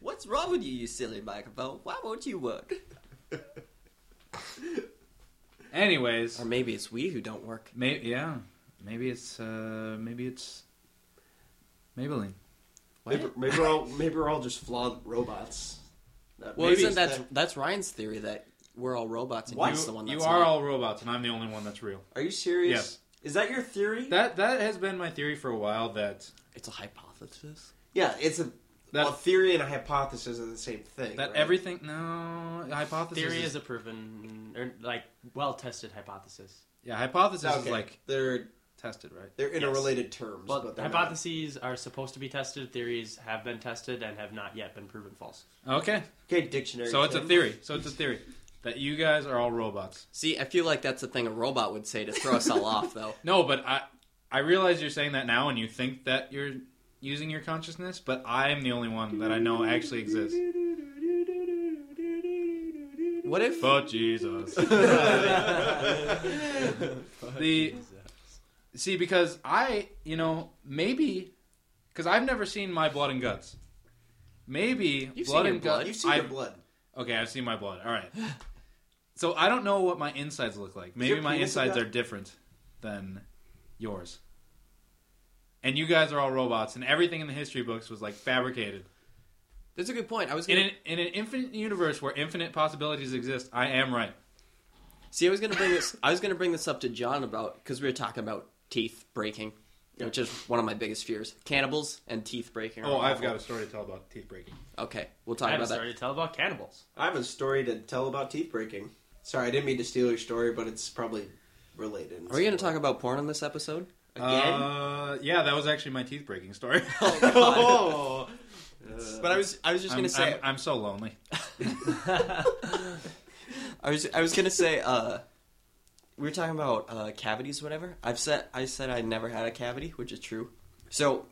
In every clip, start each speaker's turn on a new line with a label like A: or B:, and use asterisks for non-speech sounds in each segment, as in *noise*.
A: What's wrong with you, you silly microphone? Why won't you work?
B: Anyways,
A: Or maybe it's we who don't work.
B: may- yeah, maybe it's uh, maybe it's Maybelline.
C: Maybe, maybe we're all maybe we're all just flawed robots. That-
A: Well,
C: maybe
A: isn't
C: it's
A: that that's Ryan's theory that we're all robots and
C: What?
A: he's
B: you,
A: the one
B: you
A: that's
B: are
A: not.
B: all robots, and I'm the only one that's real.
C: Are you serious? Is that your theory?
B: That that has been my theory for a while. That
A: It's a hypothesis.
C: yeah, it's a
B: that
C: well, theory and a hypothesis are the same thing.
B: that
C: right?
B: everything. No hypothesis.
D: Theory
B: is,
D: is a proven or like well tested hypothesis.
B: yeah. Hypothesis
A: Oh,
C: okay.
B: is like
C: they're
B: tested, right?
C: they're
D: Yes.
C: interrelated terms,
D: Well,
C: but they're not.
D: hypotheses are supposed to be tested. Theories have been tested and have not yet been proven false.
B: Okay,
C: Okay, dictionary.
B: so it's a
C: Tim.
B: theory. So it's a theory that you guys are all robots.
A: See, I feel like that's the thing a robot would say to throw us all off, though.
B: No, but I I realize you're saying that now, and you think that you're using your consciousness, but I'm the only one that I know
A: *laughs*
B: actually exists.
A: What if *laughs*
B: But Jesus.
A: Oh,
B: The- See, because I, you know, maybe because I've never seen my blood and guts. Maybe
A: You've
B: blood
A: seen your
B: and
A: blood.
B: guts.
C: *laughs* You've seen
B: I've,
C: your blood.
B: Okay, I've seen my blood. All right. So I don't know what my insides look like. Maybe
C: your
B: my
C: penis
B: insides
C: about-
B: are different than yours. And you guys are all robots, and everything in the history books was like fabricated.
A: That's a good point. I was
B: In
A: gonna
B: an, in an infinite universe where infinite possibilities exist, I am right.
A: see. I was gonna bring this. I was gonna bring this up to John about because we were talking about teeth breaking, which is one of my biggest fears. Cannibals and teeth breaking. are
B: Oh, I've
A: awful.
B: got a story to tell about teeth breaking.
A: Okay, we'll
D: I
A: talk
D: have a
A: about
D: story
A: that.
D: to tell about cannibals.
C: I have a story to tell about teeth breaking. Sorry, I didn't mean to steal your story, but it's probably related.
A: Are we gonna talk about porn on this episode?
B: *laughs*
C: again?
B: Uh, yeah, that was actually my teeth breaking story.
A: Oh, God.
D: *laughs*
C: oh,
A: but I was. I was just
B: I'm,
A: gonna say.
B: I'm, I'm so lonely.
A: I was I was gonna say uh, we were talking about uh, cavities, whatever. I've said I said I never had a cavity, which is true. So,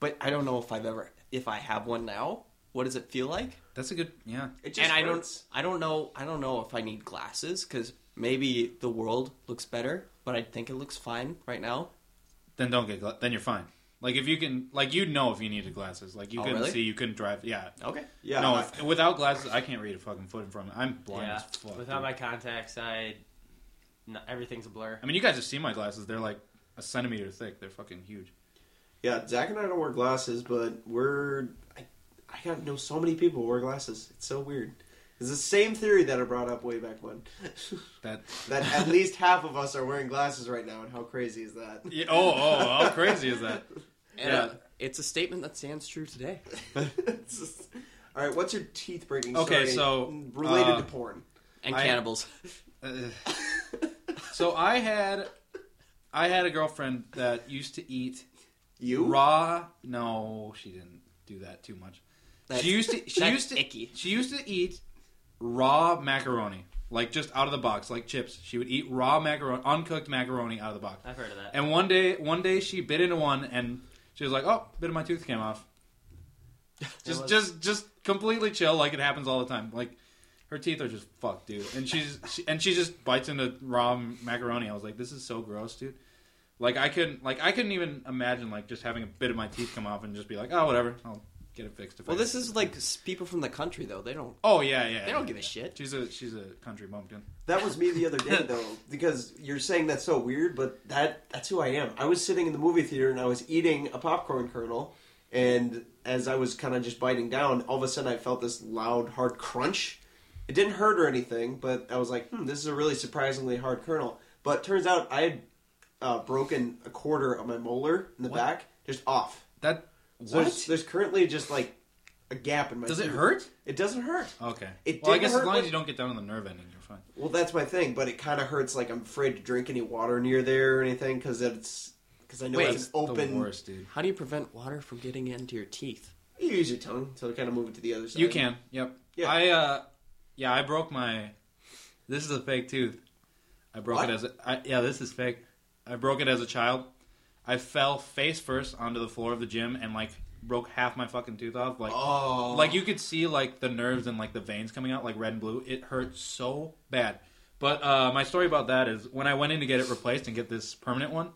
A: but I don't know if I've ever if I have one now. What does it feel like?
B: That's a good, yeah.
C: it just
A: and I
C: hurts.
A: don't I don't know I don't know if I need glasses because maybe the world looks better, but I think it looks fine right now.
B: Then don't get, gla- then you're fine. Like if you can, like you'd know if you needed glasses. Like you
A: Oh,
B: couldn't
A: really? Oh,
B: see, you couldn't drive. Yeah,
A: Okay.
C: Yeah,
B: no,
C: I-
B: if, without glasses, I can't read a fucking foot in front of me. I'm blind
D: yeah.
B: as fuck.
D: Without
B: dude.
D: my contacts, I no, everything's a blur.
B: I mean, you guys have seen my glasses. They're like a centimeter thick. They're fucking huge.
C: yeah. Zach and I don't wear glasses, but we're I, I got to know so many people who wear glasses. It's so weird. It's the same theory that I brought up way back
B: *laughs*
C: when. *laughs*
B: That.
C: that at least half of us are wearing glasses right now, and how crazy is that?
B: Yeah, oh, oh, how crazy is that?
A: And,
B: Yeah.
A: uh, it's a statement that stands true today.
C: *laughs* It's just- all right, what's your teeth breaking?
B: Okay,
C: story
B: so,
C: related
B: uh,
C: to porn. *laughs*
A: And
B: I-
A: cannibals.
B: Uh, so I had, I had a girlfriend that used to eat
C: You
B: raw. No, she didn't do that too much.
A: That's-
B: she used to. She
A: that's
B: used to.
A: icky.
B: She used to eat raw macaroni, like just out of the box, like chips. She would eat raw macaroni, uncooked macaroni out of the box.
D: I've heard of that.
B: And one day, one day she bit into one, and she was like, "Oh, bit of my tooth came
A: *laughs*
B: off." Just,
D: was-
B: just, just completely chill, like it happens all the time. Like her teeth are just fucked, dude. And she's, she, and she just bites into raw macaroni. I was like, "This is so gross, dude." Like I couldn't, like I couldn't even imagine, like just having a bit of my teeth come off and just be like, "Oh, whatever, I'll get it fixed." If
A: Well,
B: I-"
A: this is like s- people from the country though. They don't
B: Oh yeah, yeah.
A: they don't
B: yeah,
A: give a
B: yeah.
A: shit.
B: She's a, she's a country bumpkin.
C: That was me the other day though, because you're saying that's so weird, but that that's who I am. I was sitting in the movie theater and I was eating a popcorn kernel, and as I was kind of just biting down, all of a sudden I felt this loud, hard crunch. It didn't hurt or anything, but I was like, hmm, this is a really surprisingly hard kernel. But turns out I had uh, broken a quarter of my molar in the back, just off.
B: That
C: So
B: what?
C: there's, there's currently just like a gap in my.
B: Does it
C: tooth.
B: hurt? Oh,
C: It doesn't hurt.
B: Okay.
C: It
B: well, I
C: didn't
B: guess as
C: hurt
B: long as
C: when-
B: you don't get down on the nerve ending, you're fine.
C: Well, that's my thing, but it kind of hurts. Like I'm afraid to drink any water near there or anything because it's because I know
A: Wait,
C: it's
A: it's
C: an
B: The
C: open.
B: worst, dude.
A: How do you prevent water from getting into your teeth?
C: You use your tongue to kind of move it to the other side.
B: You can. Yep.
C: Yeah.
B: I uh yeah, I broke my This is a fake tooth. I broke
C: What?
B: it as a I, yeah, this is fake. I broke it as a child. I fell face first onto the floor of the gym and like broke half my fucking tooth off like
C: Oh,
B: like you could see like the nerves and like the veins coming out like red and blue. It hurt so bad. But uh, my story about that is when I went in to get it replaced and get this permanent one,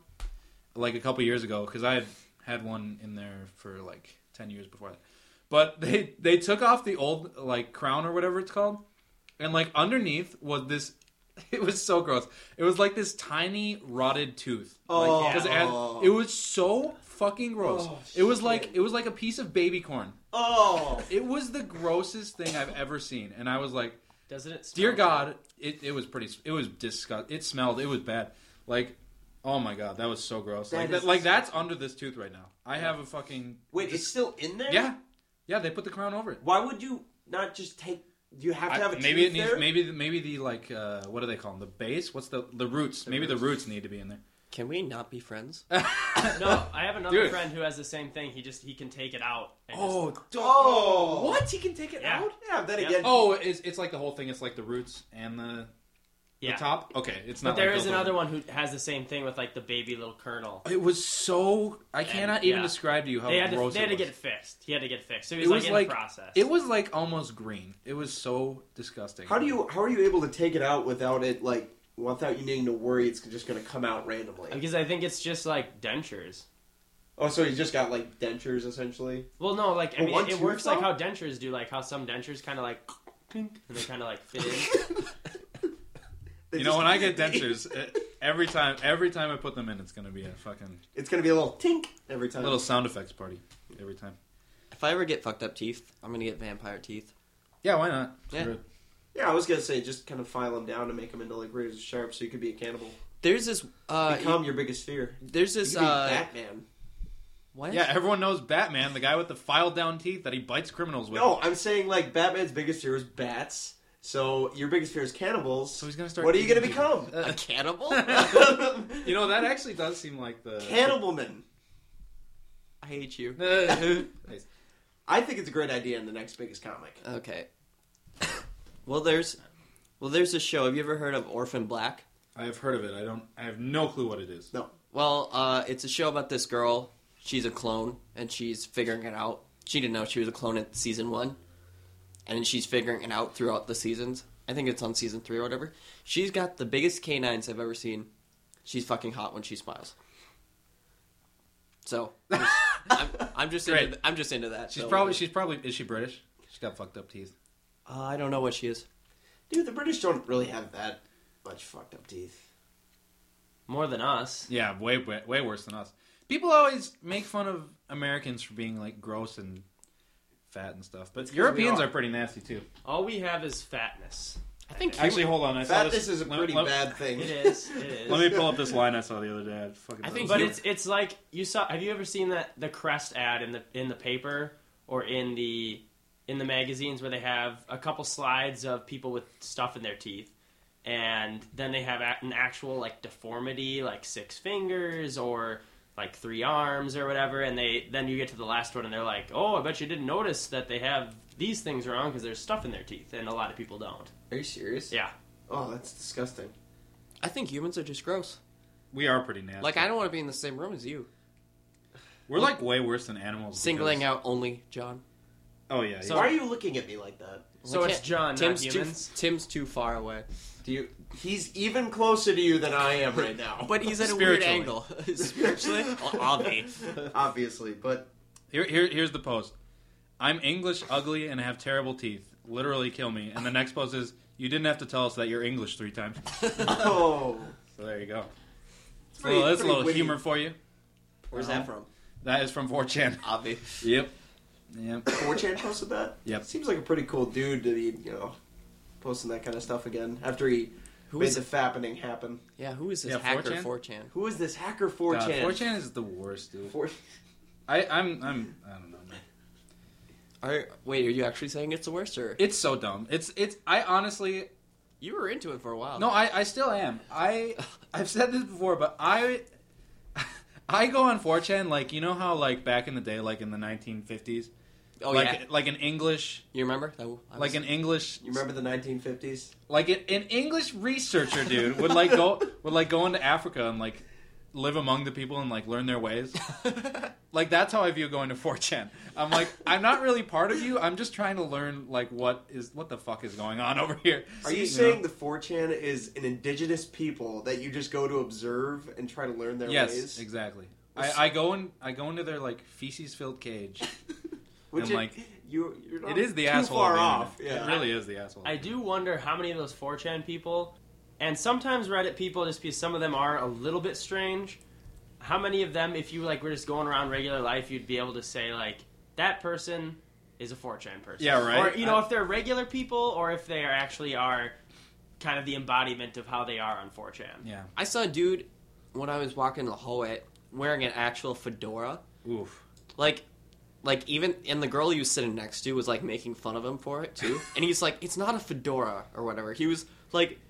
B: like a couple years ago, because I had had one in there for like ten years before that. But *laughs* they they took off the old like crown or whatever it's called, and like underneath was this. *laughs* It was so gross. It was like this tiny rotted tooth. Like,
C: Oh.
B: 'cause it, had-
C: Oh.
B: it was so fucking gross.
C: Oh,
B: it was
C: shit.
B: like it was like a piece of baby corn.
C: Oh,
B: It was the grossest thing I've ever seen, and I was like,
D: Doesn't it? Smell
B: dear God, it, it was pretty. It was disgust. It smelled. It was bad. Like, oh my God, that was so gross.
C: That
B: like,
C: is-
B: that, like that's under this tooth right now. I have a fucking
C: wait,
B: just-
C: it's still in there.
B: yeah, yeah. They put the crown over it.
C: Why would you not just take? Do you have to
B: I-
C: have a
B: maybe
C: tooth
B: it needs
C: there?
B: maybe the, maybe the like uh, what do they call them the base what's the the roots maybe the roots need to be in there *laughs*
A: Can we not be friends?
D: No, I have another
B: Dude.
D: friend who has the same thing. He just he can take it out. And
B: oh
D: just,
B: don't-
C: Oh.
B: what he can take it
D: Yeah.
B: out
C: Yeah, then
D: Yeah.
C: again,
B: oh it's, it's like the whole thing it's like the roots and the,
D: yeah.
B: the top okay it's not
D: But there
B: like
D: is
B: built
D: another
B: over.
D: one who has the same thing with like the baby little colonel.
B: it was so I cannot even
D: yeah.
B: describe to you how
D: They had to
B: gross
D: they had to
B: it was.
D: get it fixed. He had to get it fixed. So he
B: It
D: was,
B: was
D: like,
B: like-
D: in the process.
B: It was like almost green. It was so disgusting.
C: how do you how are you able to take it out without it like without you needing to worry it's just going to come out randomly?
D: because I think it's just like dentures.
C: Oh, so you just got like dentures
B: *laughs*
C: essentially.
D: Well, no, like I
C: Well,
D: mean,
C: one
D: it, it
C: tooth,
D: works like
C: though?
D: how dentures do, like how some dentures kind of like, and they kind of like fit
C: *laughs*
D: in.
C: They
B: You know,
C: just-
B: when
C: *laughs*
B: I get dentures, eh, every time, every time I put them in, it's gonna be a fucking
C: it's going to be a little tink every time.
B: little sound effects party every time.
A: If I ever get fucked up teeth, I'm gonna get vampire teeth.
B: Yeah, why not?
A: Yeah.
B: Sure.
C: Yeah, I was going to say just kind of file them down and make them into like razor sharp, so you could be a cannibal.
A: There's this. uh
C: Become your biggest fear.
A: There's
C: You
A: this.
C: could be
A: uh
C: Batman.
A: What?
B: Yeah, everyone knows Batman, the guy with the filed down teeth that he bites criminals with.
C: No, I'm saying like Batman's biggest fear is bats. So your biggest fear is cannibals.
B: So he's gonna start.
C: What are you going to
B: eating
C: become? *laughs*
A: A cannibal?
B: people.
C: Cannibalman.
B: you know, that actually does seem like the *laughs*
A: I hate you.
B: Nice.
C: I think it's a great idea in the next biggest comic.
A: Okay. *coughs* well, there's. Well, there's a show. Have you ever heard of Orphan Black?
B: I have heard of it. I don't. I have no clue what it is.
A: Well, uh, it's a show about this girl. She's a clone, and she's figuring it out. She didn't know she was a clone at season one, and she's figuring it out throughout the seasons. I think it's on season three or whatever. She's got the biggest canines I've ever seen. She's fucking hot when she smiles. So, I'm,
B: *laughs*
A: I'm just
B: Great.
A: into, I'm just into that.
B: She's
A: so-
B: probably. She's probably. Is she British? She's got fucked up teeth.
A: Uh, I don't know what she is.
C: Dude, the British don't really have that much fucked up teeth.
D: More than us.
B: Yeah, way, way way worse than us. People always make fun of Americans for being like gross and fat and stuff, but
C: 'cause
B: Europeans
C: we
B: are.
C: are.
B: pretty nasty too.
D: All we have is fatness.
A: I think
B: Actually, hold on. I saw
C: Fatness is a
B: let-
C: pretty
B: let-
C: bad thing.
D: It
C: *laughs*
D: is. It is.
B: Let me pull up this line I saw the other day. I, fucking
A: I think
D: but
A: you-
D: it's it's like you saw. Have you ever seen that the Crest ad in the in the paper or in the in the magazines where they have a couple slides of people with stuff in their teeth, and then they have a- an actual like deformity, like six fingers or like three arms or whatever, and they then you get to the last one and they're like, oh, I bet you didn't notice that they have these things wrong because there's stuff in their teeth, and a lot of people don't.
C: Are you serious?
D: Yeah.
C: Oh, that's disgusting.
A: I think humans are just gross.
B: we are pretty nasty.
A: Like I don't want to be in the same room as you.
B: We're like way worse than animals.
A: Singling
B: because-
A: out only John.
B: Oh yeah.
D: So-
B: yeah.
C: Why are you looking at me like that?
D: So
A: Like,
D: it's John,
A: Tim's
D: not
A: too.
D: humans.
A: Tim's too far away.
C: Do you? He's even closer to you than I am
B: *laughs*
C: right now.
A: But he's at a weird angle.
B: Oh, Spiritually.
A: *laughs*
B: *laughs*
A: Spiritually? Well, I'll be.
C: obviously, but
B: Here, here here's the post. I'm English, ugly, and have terrible teeth. Literally kill me. And the next post is, you didn't have to tell us that you're English three
C: *laughs*
B: times.
C: *coughs*
B: *laughs*
C: oh,
B: So there you go.
C: it's
B: So that's a little humor for you.
A: Where's
B: that
A: from?
B: That is
A: *laughs*
B: from 4chan.
A: I'll be.
B: Yep.
A: *coughs*
B: Yep.
C: 4chan posted that.
B: Yep.
C: seems like a pretty cool dude to be, you know, posting that kind of stuff again after he
A: Who
C: made
A: is
C: the fappening happen.
A: Yeah, who is this
B: Yeah,
A: hacker
B: 4chan?
A: 4chan?
C: Who is this hacker
B: God,
C: 4chan?
B: 4chan Uh, is the worst, dude.
C: 4-
B: I, I'm, I'm, I don't know, man.
A: Are, wait, are you actually saying it's the worst or
B: It's so dumb. It's, it's. I honestly,
A: you were into it for a while? *laughs* Oh,
B: no, I, I still am. I, I've said this before, but I, *laughs* I go on 4chan like you know how like back in the day, like in the 1950s,
A: Oh
B: like
A: yeah.
B: like an English,
A: You remember? That, I was-
B: like an English,
C: you remember the
B: *laughs*
C: 1950s?
B: like an, an English researcher dude would like go would like go into Africa and like live among the people and like learn their ways. Like that's how I view going to *laughs* 4chan. I'm like, I'm not really part of you. I'm just trying to learn like what is what the fuck is going on *laughs* over here.
C: Are you
B: know?
C: saying the 4chan is an indigenous people that you just go to observe and try to learn their
B: yes,
C: ways?
B: exactly. I, I go in I go into their like feces filled cage.
C: Which
B: And,
C: it-
B: like-
C: you you're not
B: It is the
C: too
B: asshole.
C: far
B: of the
C: off.
B: internet.
C: Yeah.
B: It really is the asshole.
D: I do wonder how many of those 4chan people, and sometimes Reddit people, just because some of them are a little bit strange, how many of them, if you like were just going around regular life, you'd be able to say like that person is a 4chan person.
B: Yeah, right.
D: Or you know, if they're regular people, or if they are actually are kind of the embodiment of how they are on 4chan.
B: yeah.
A: I saw a dude when I was walking in the hallway wearing an actual fedora.
B: Oof.
A: Like, like even and the girl he was sitting next to was like making fun of him for it
B: *laughs*
A: too. and he's like, "It's not a fedora or whatever." He was like,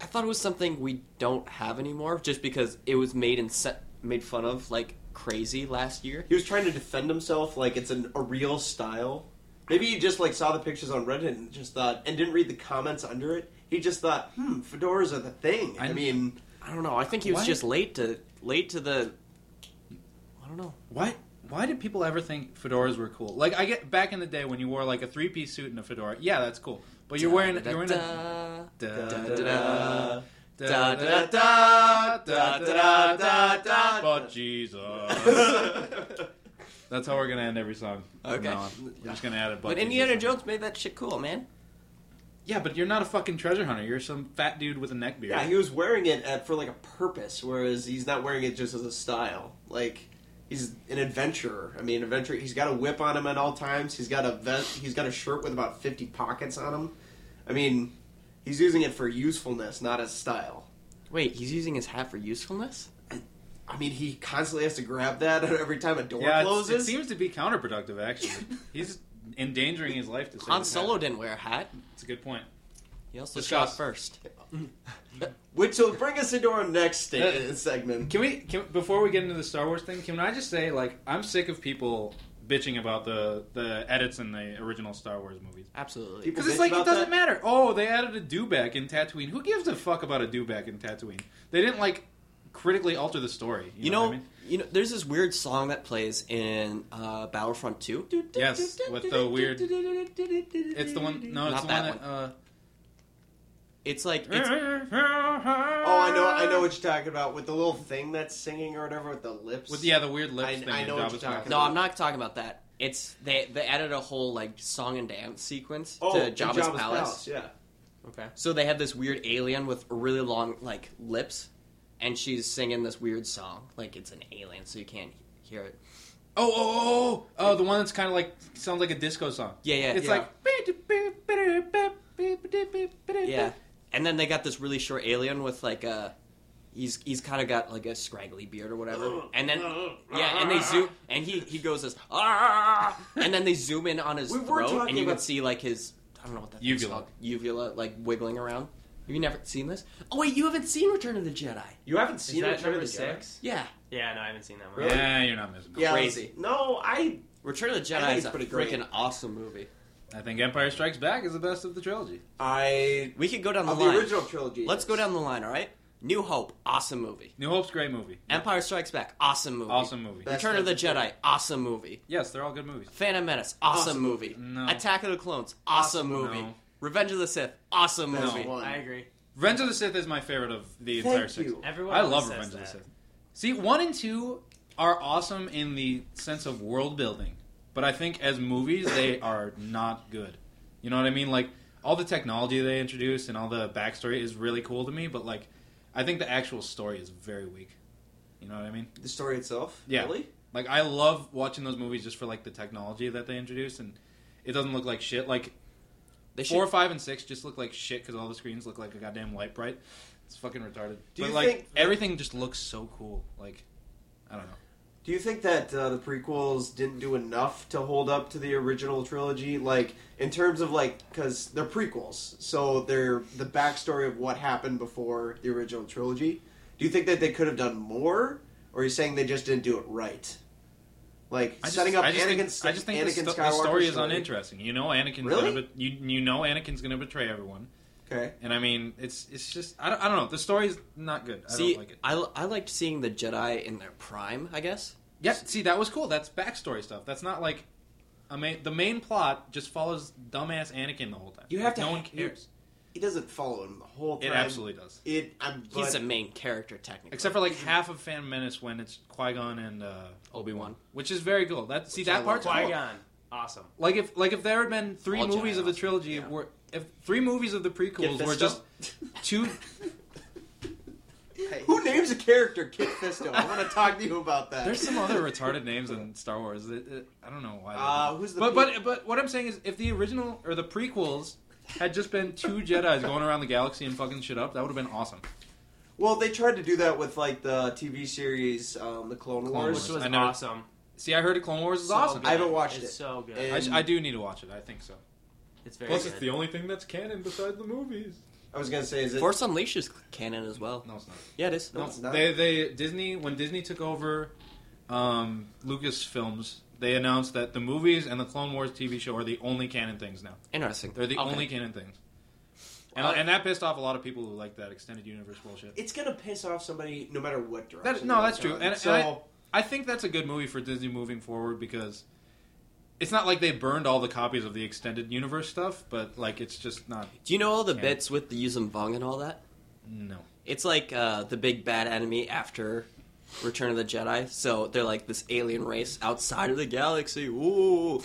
A: "I thought it was something we don't have anymore, just because it was made and set, made fun of like crazy last year."
C: He was trying to defend himself like it's an, a real style. Maybe he just like saw the pictures on Reddit and just thought, and didn't read the comments under it. He just thought, hmm, fedoras are the thing. I,
B: I-
C: mean,
A: I don't know. I think he was
B: What?
A: just late to late to the. I don't know.
B: Why? Why did people ever think fedoras were cool? Like I get back in the day when you wore like a three piece suit and a fedora. Yeah, that's cool. But you're wearing you're wearing a
A: Da-da-da. da,
B: Da, da,
A: da,
B: da,
A: da,
B: da, da, da, da, da,
C: da.
B: But Jesus. *laughs*
C: *laughs*
B: Uh, That's how we're gonna end every song. from
A: Okay.
B: now on. We're just gonna add a but.
A: But
B: Jesus
A: Indiana
B: on.
A: Jones made that shit cool, man.
B: Yeah, but you're not a fucking treasure hunter. You're some fat dude with a neck beard.
C: yeah, he was wearing it at, for like a purpose, whereas he's not wearing it just as a style. Like he's an adventurer. I mean, adventurer. He's got a whip on him at all times. He's got a vest. He's got a shirt with about fifty pockets on him. I mean, he's using it for usefulness, not as style.
A: Wait, he's using his hat for usefulness?
C: I mean, he constantly has to grab that *laughs* every time a door
B: yeah, it's-
C: closes.
B: it seems to be counterproductive. Actually, he's endangering his life to save
A: Han
B: his
A: Solo
B: hat.
A: didn't wear a hat.
B: It's a good point.
A: He also
B: Discuss.
A: shot first.
C: Which will bring us into our next sta- uh, segment.
B: Can we, can, before we get into the Star Wars thing, can I just say, like, I'm sick of people bitching about the, the edits in the original Star Wars movies.
A: Absolutely.
C: People-
B: Because it's
C: bitch
B: like, it
C: about
B: doesn't
C: that?
B: matter. Oh, they added a dewback in Tatooine. Who gives a fuck about a dewback in Tatooine? They didn't, like, critically alter the story. You,
A: You
B: know,
A: know,
B: what I mean?
A: you know, there's this weird song that plays in uh, Battlefront 2.
B: Yes, with the weird- It's the one, no, it's
A: Not
B: the
A: that
B: one that, uh...
A: It's like it's,
C: Oh, I know, I know what you're talking about with the little thing that's singing or whatever with the lips.
B: With, yeah, the weird lips
C: I-
B: thing.
C: I
B: in
C: know what
B: Jabba's
C: you're talking
B: mouth.
A: No, I'm not talking about that. It's they they added a whole like song and dance sequence
C: oh,
A: to
C: in
A: Jabba's, palace.
C: Yeah,
D: Okay.
A: So they had this weird alien with really long like lips, and she's singing this weird song like it's an alien, so you can't hear it.
B: Oh, oh, oh, oh, oh, the one that's kind of like sounds like a disco song.
A: Yeah, yeah,
B: It's
A: yeah.
C: *laughs*
B: like
A: Yeah, and then they got this really short alien with like a. He's, he's kind of got like a scraggly beard or whatever, and then yeah, and they
C: *laughs*
A: zoom and he he goes this ah, and then they zoom in on his
C: We were
A: throat,
C: talking
A: and you can
C: about-
A: see like his I don't know what that thing's
B: Uvula.
A: called. uvula like wiggling around. Have you never seen this? Oh wait, you haven't seen Return of the Jedi?
C: you haven't
D: Is
C: seen
D: that
C: Return of
D: number
C: the Six?
D: six?
A: Yeah,
D: Yeah, no, I haven't seen that one.
C: Really?
B: Yeah, you're not missing. much.
C: Yeah,
A: Crazy.
C: No, I.
A: Return of the
C: I think
A: Jedi is
C: it's
A: a
C: pretty great.
A: freaking awesome movie.
B: I think Empire Strikes Back is the best of the trilogy.
C: I.
A: We could go down the
C: Of the
A: line.
C: original trilogy.
A: Let's go
C: yes.
A: down the line. All right, New Hope, awesome movie.
B: New Hope's a great movie.
A: Empire Strikes Back, awesome movie.
B: Awesome movie.
C: Best
A: Return of the
C: of the
A: Jedi, awesome movie.
B: Yes, they're all good movies.
A: Phantom Menace, awesome,
C: Awesome
A: movie.
B: No.
A: Attack of the Clones, awesome
B: Awesome,
A: movie.
B: no.
A: Revenge of the Sith, awesome
C: Best
A: movie.
C: one.
D: I agree.
B: Revenge of the Sith is my favorite of the
C: Thank
B: entire six.
C: you.
D: Everyone
B: I
D: always
B: love
D: says
B: Revenge of the
D: that.
B: Sith. See, one and two are awesome in the sense of world building, but I think as movies they are not good. You know what I mean? Like all the technology they introduce and all the backstory is really cool to me, but like I think the actual story is very weak. You know what I mean?
C: The story itself.
B: Yeah.
C: Really?
B: Like I love watching those movies just for like the technology that they introduce and it doesn't look like shit. Like
A: They should,
B: four, five, and six just look like shit because all the screens look like a goddamn light bright. It's fucking retarded.
C: Do
B: but
C: you
B: like
C: think-
B: everything just looks so cool. Like I don't know.
C: Do you think that uh, the prequels didn't do enough to hold up to the original trilogy? Like in terms of like because they're prequels, so they're the backstory of what happened before the original trilogy. Do you think that they could have done more, or are you saying they just didn't do it right? Like
B: I just,
C: setting up
B: I just
C: Anakin.
B: think, I just think the
C: Anakin
B: sto- the,
C: Skywalker's
B: story is uninteresting. You know, Anakin's
C: Really?
B: gonna be- you you know Anakin's gonna betray everyone,
C: Okay.
B: and I mean it's it's just I don't, I don't know. The story's not good. I
A: see,
B: don't like it.
A: I, I liked seeing the Jedi in their prime, I guess.
B: Yeah, see that was cool. That's backstory stuff. That's not like. I mean, the main plot just follows dumbass Anakin the whole time.
C: You have
B: No
C: to-
B: one cares.
C: He doesn't follow him the whole time.
B: It absolutely does.
C: It. I'm, but, *laughs*
A: He's a main character, technically.
B: Except for like half of Phantom Menace when it's Qui Gon and uh,
A: Obi Wan.
B: which is very cool. That see
C: Which I
B: that
C: love.
B: part's
D: Qui
B: cool.
D: Gon. awesome.
B: Like if like if there had been three
A: All
B: movies
A: Jedi
B: of the
A: awesome,
B: trilogy
A: yeah.
B: were if three movies of the
C: Kid
B: prequels
C: Fisto.
B: were just
C: *laughs*
B: two
A: Hey.
C: Who names a character Kit Fisto? I want to talk to you about that.
B: There's some other retarded names in Star Wars. That, uh, I don't know why. they
C: Uh,
B: did.
C: who's the
B: but
C: pe-
B: but but what I'm saying is, if the original or the prequels had just been two Jedi's going around the galaxy and fucking shit up, that would have been awesome.
C: Well, they tried to do that with like the TV series, um, the Clone
B: Clone
C: Wars.
D: Which was
B: I never-
D: awesome.
B: See, I heard Clone Wars is
D: So
B: awesome.
D: good.
C: I haven't watched
D: it's
C: it.
D: So good.
C: And-
B: I, sh- I do need to watch it. I think so.
D: it's very
E: Plus,
D: good.
E: it's the only thing that's canon besides the movies.
C: I was gonna say, is it?
A: Force Unleashed is canon as well.
B: No, it's not.
A: Yeah, it is.
C: No, it's not.
B: They they Disney when Disney took over um, Lucasfilms, they announced that the movies and the Clone Wars TV show are the only canon things now.
A: Interesting.
B: They're the
A: Okay.
B: only canon things. And,
C: Wow.
B: and that pissed off a lot of people who like that extended universe bullshit.
C: It's gonna piss off somebody no matter what
B: That,
C: direction.
B: no,
C: they're
B: that's true.
C: going.
B: And,
C: *laughs* so
B: and I, I think that's a good movie for Disney moving forward because it's not like they burned all the copies of the extended universe stuff, but like it's just not.
A: Do you know all the
B: Canon.
A: bits with the Yuzum Vong and all that?
B: No.
A: It's like uh, the big bad enemy after Return of the Jedi. So they're like this alien race outside of the galaxy. Ooh.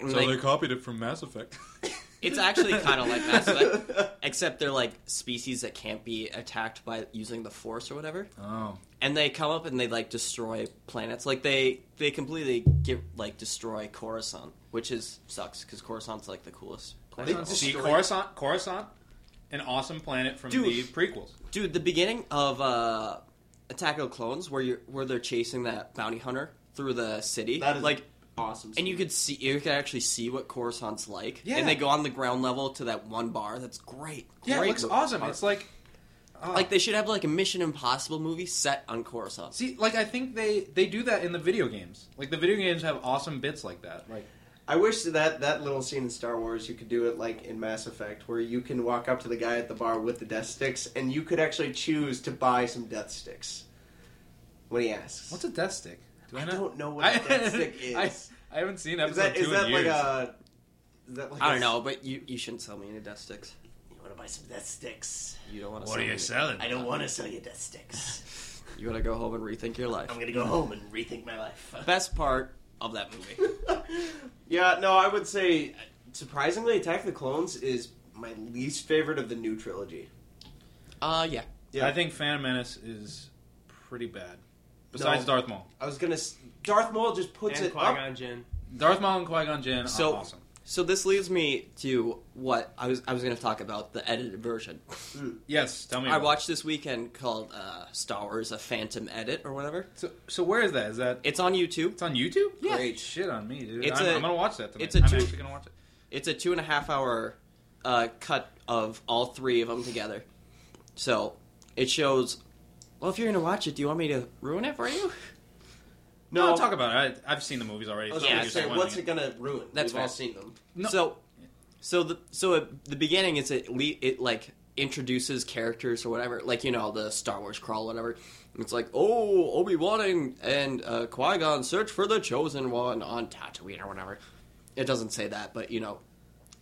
A: And, like,
B: copied it from Mass Effect.
A: it's actually kind of like Mass Effect, except they're like species that can't be attacked by using the Force or whatever.
B: oh.
A: And they come up and they like destroy planets. Like they they completely get like destroy Coruscant, which is sucks because Coruscant's like the coolest.
C: They
A: Planet.
B: See,
C: destroyed-
B: Coruscant, Coruscant, an awesome planet from
A: Dude.
B: the prequels.
A: Dude, the beginning of uh, Attack of the Clones, where you where they're chasing that bounty hunter through the city,
C: that is
A: like,
C: *laughs* awesome.
A: and you could see you could actually see what Coruscant's like.
B: Yeah.
A: and they go on the ground level to that one bar. That's great.
B: Yeah, it
A: Great
B: looks
A: movie.
B: awesome. It's like, uh,
A: like they should have like a Mission Impossible movie set on Coruscant.
B: see, like I think they they do that in the video games. Like the video games have awesome bits like that. Like
C: I wish that that little scene in Star Wars you could do it like in Mass Effect, where you can walk up to the guy at the bar with the death sticks, and you could actually choose to buy some death sticks when he asks.
B: what's a death stick? Do
C: I
B: not-
C: don't know what a death stick is.
B: *laughs* I, I haven't seen episode
C: is that
B: two
C: is
B: in
C: that like
B: years.
C: a? Is that like
A: I
C: a-
A: don't know, but you you shouldn't sell me any death sticks.
C: You want to buy some death sticks?
A: You don't want to.
B: What are you selling?
C: I don't want to sell you death sticks.
A: You want to go home and rethink your life.
C: I'm gonna go home and rethink my life.
A: Best part of that movie.
C: *laughs* yeah, no, I would say surprisingly, Attack of the Clones is my least favorite of the new trilogy.
A: uh yeah.
C: Yeah,
B: I think Phantom Menace is pretty bad.
C: No.
B: Besides Darth Maul,
C: I was gonna. s- Darth Maul just puts
D: and
C: it
D: Qui
C: up.
D: Gon Jinn.
B: Darth Maul and Qui Gon Jinn are
A: So-
B: awesome.
A: So this leads me to what I was I was going to talk about the edited version.
B: Yes, tell me.
A: I
B: about it.
A: watched this weekend called uh, Star Wars: A Phantom Edit or whatever.
B: So, so where is that? Is that
A: It's on YouTube.
B: it's on YouTube?
A: Yeah.
B: Great shit on me, dude.
A: It's
B: I'm,
A: a-
B: I'm gonna watch that tonight.
A: it's a
B: I'm
A: two-
B: actually gonna watch it.
A: It's a two and a half hour uh, cut of all three of them together. So it shows. Well, if you're going to watch it, do you want me to ruin it for you?
B: No, talk about it. I, I've seen the movies already.
C: I was
B: so
A: Yeah,
C: gonna
B: I'm just
C: say,
B: spoiling
C: what's it gonna ruin?
A: That's
C: We've all
A: fair.
C: seen them.
B: No.
A: So, so the so at the beginning is it le- it like introduces characters or whatever, like you know the Star Wars crawl, whatever. And It's like oh Obi Wan and, and uh, Qui Gon search for the chosen one on Tatooine or whatever. It doesn't say that, but you know,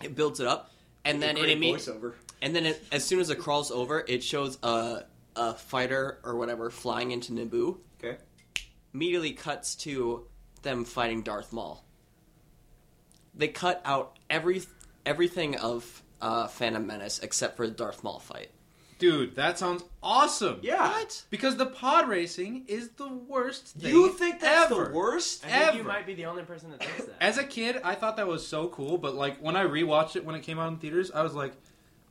A: it builds it up, and then it
C: Great
A: imme-
C: voiceover.
A: and then it, as soon as it crawls over, it shows a a fighter or whatever flying into Naboo.
C: Okay.
A: Immediately cuts to them fighting Darth Maul. They cut out every everything of uh, Phantom Menace except for the Darth Maul fight.
B: Dude, that sounds awesome.
C: Yeah.
B: Because the pod racing is the worst thing.
C: You think that's
B: ever.
C: the worst?
D: I think you
B: Ever.
D: might be the only person that thinks that.
B: As a kid, I thought that was so cool, but like when I rewatched it when it came out in theaters, I was like,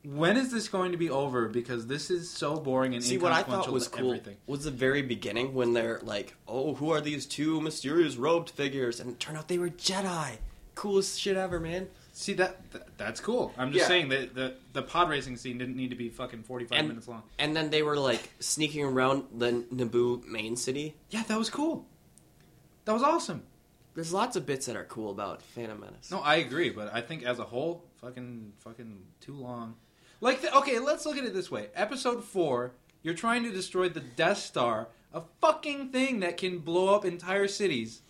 B: when is this going to be over? Because this is so boring and
A: See, what I thought
B: inconsequential
A: was
B: to
A: cool
B: everything.
A: was the very beginning when they're like, "Oh, who are these two mysterious robed figures?" And it turned out they were Jedi. Coolest shit ever, man.
B: See that, th- that's cool. I'm just
C: Yeah.
B: saying that the the pod racing scene didn't need to be fucking 45
A: And-
B: minutes long.
A: And then they were like sneaking around the Naboo main city.
B: Yeah, that was cool. That was awesome.
A: There's lots of bits that are cool about Phantom Menace.
B: No, I agree, but I think as a whole, fucking, fucking too long. Like, the, okay, let's look at it this way. Episode four, you're trying to destroy the Death Star, a fucking thing that can blow up entire cities.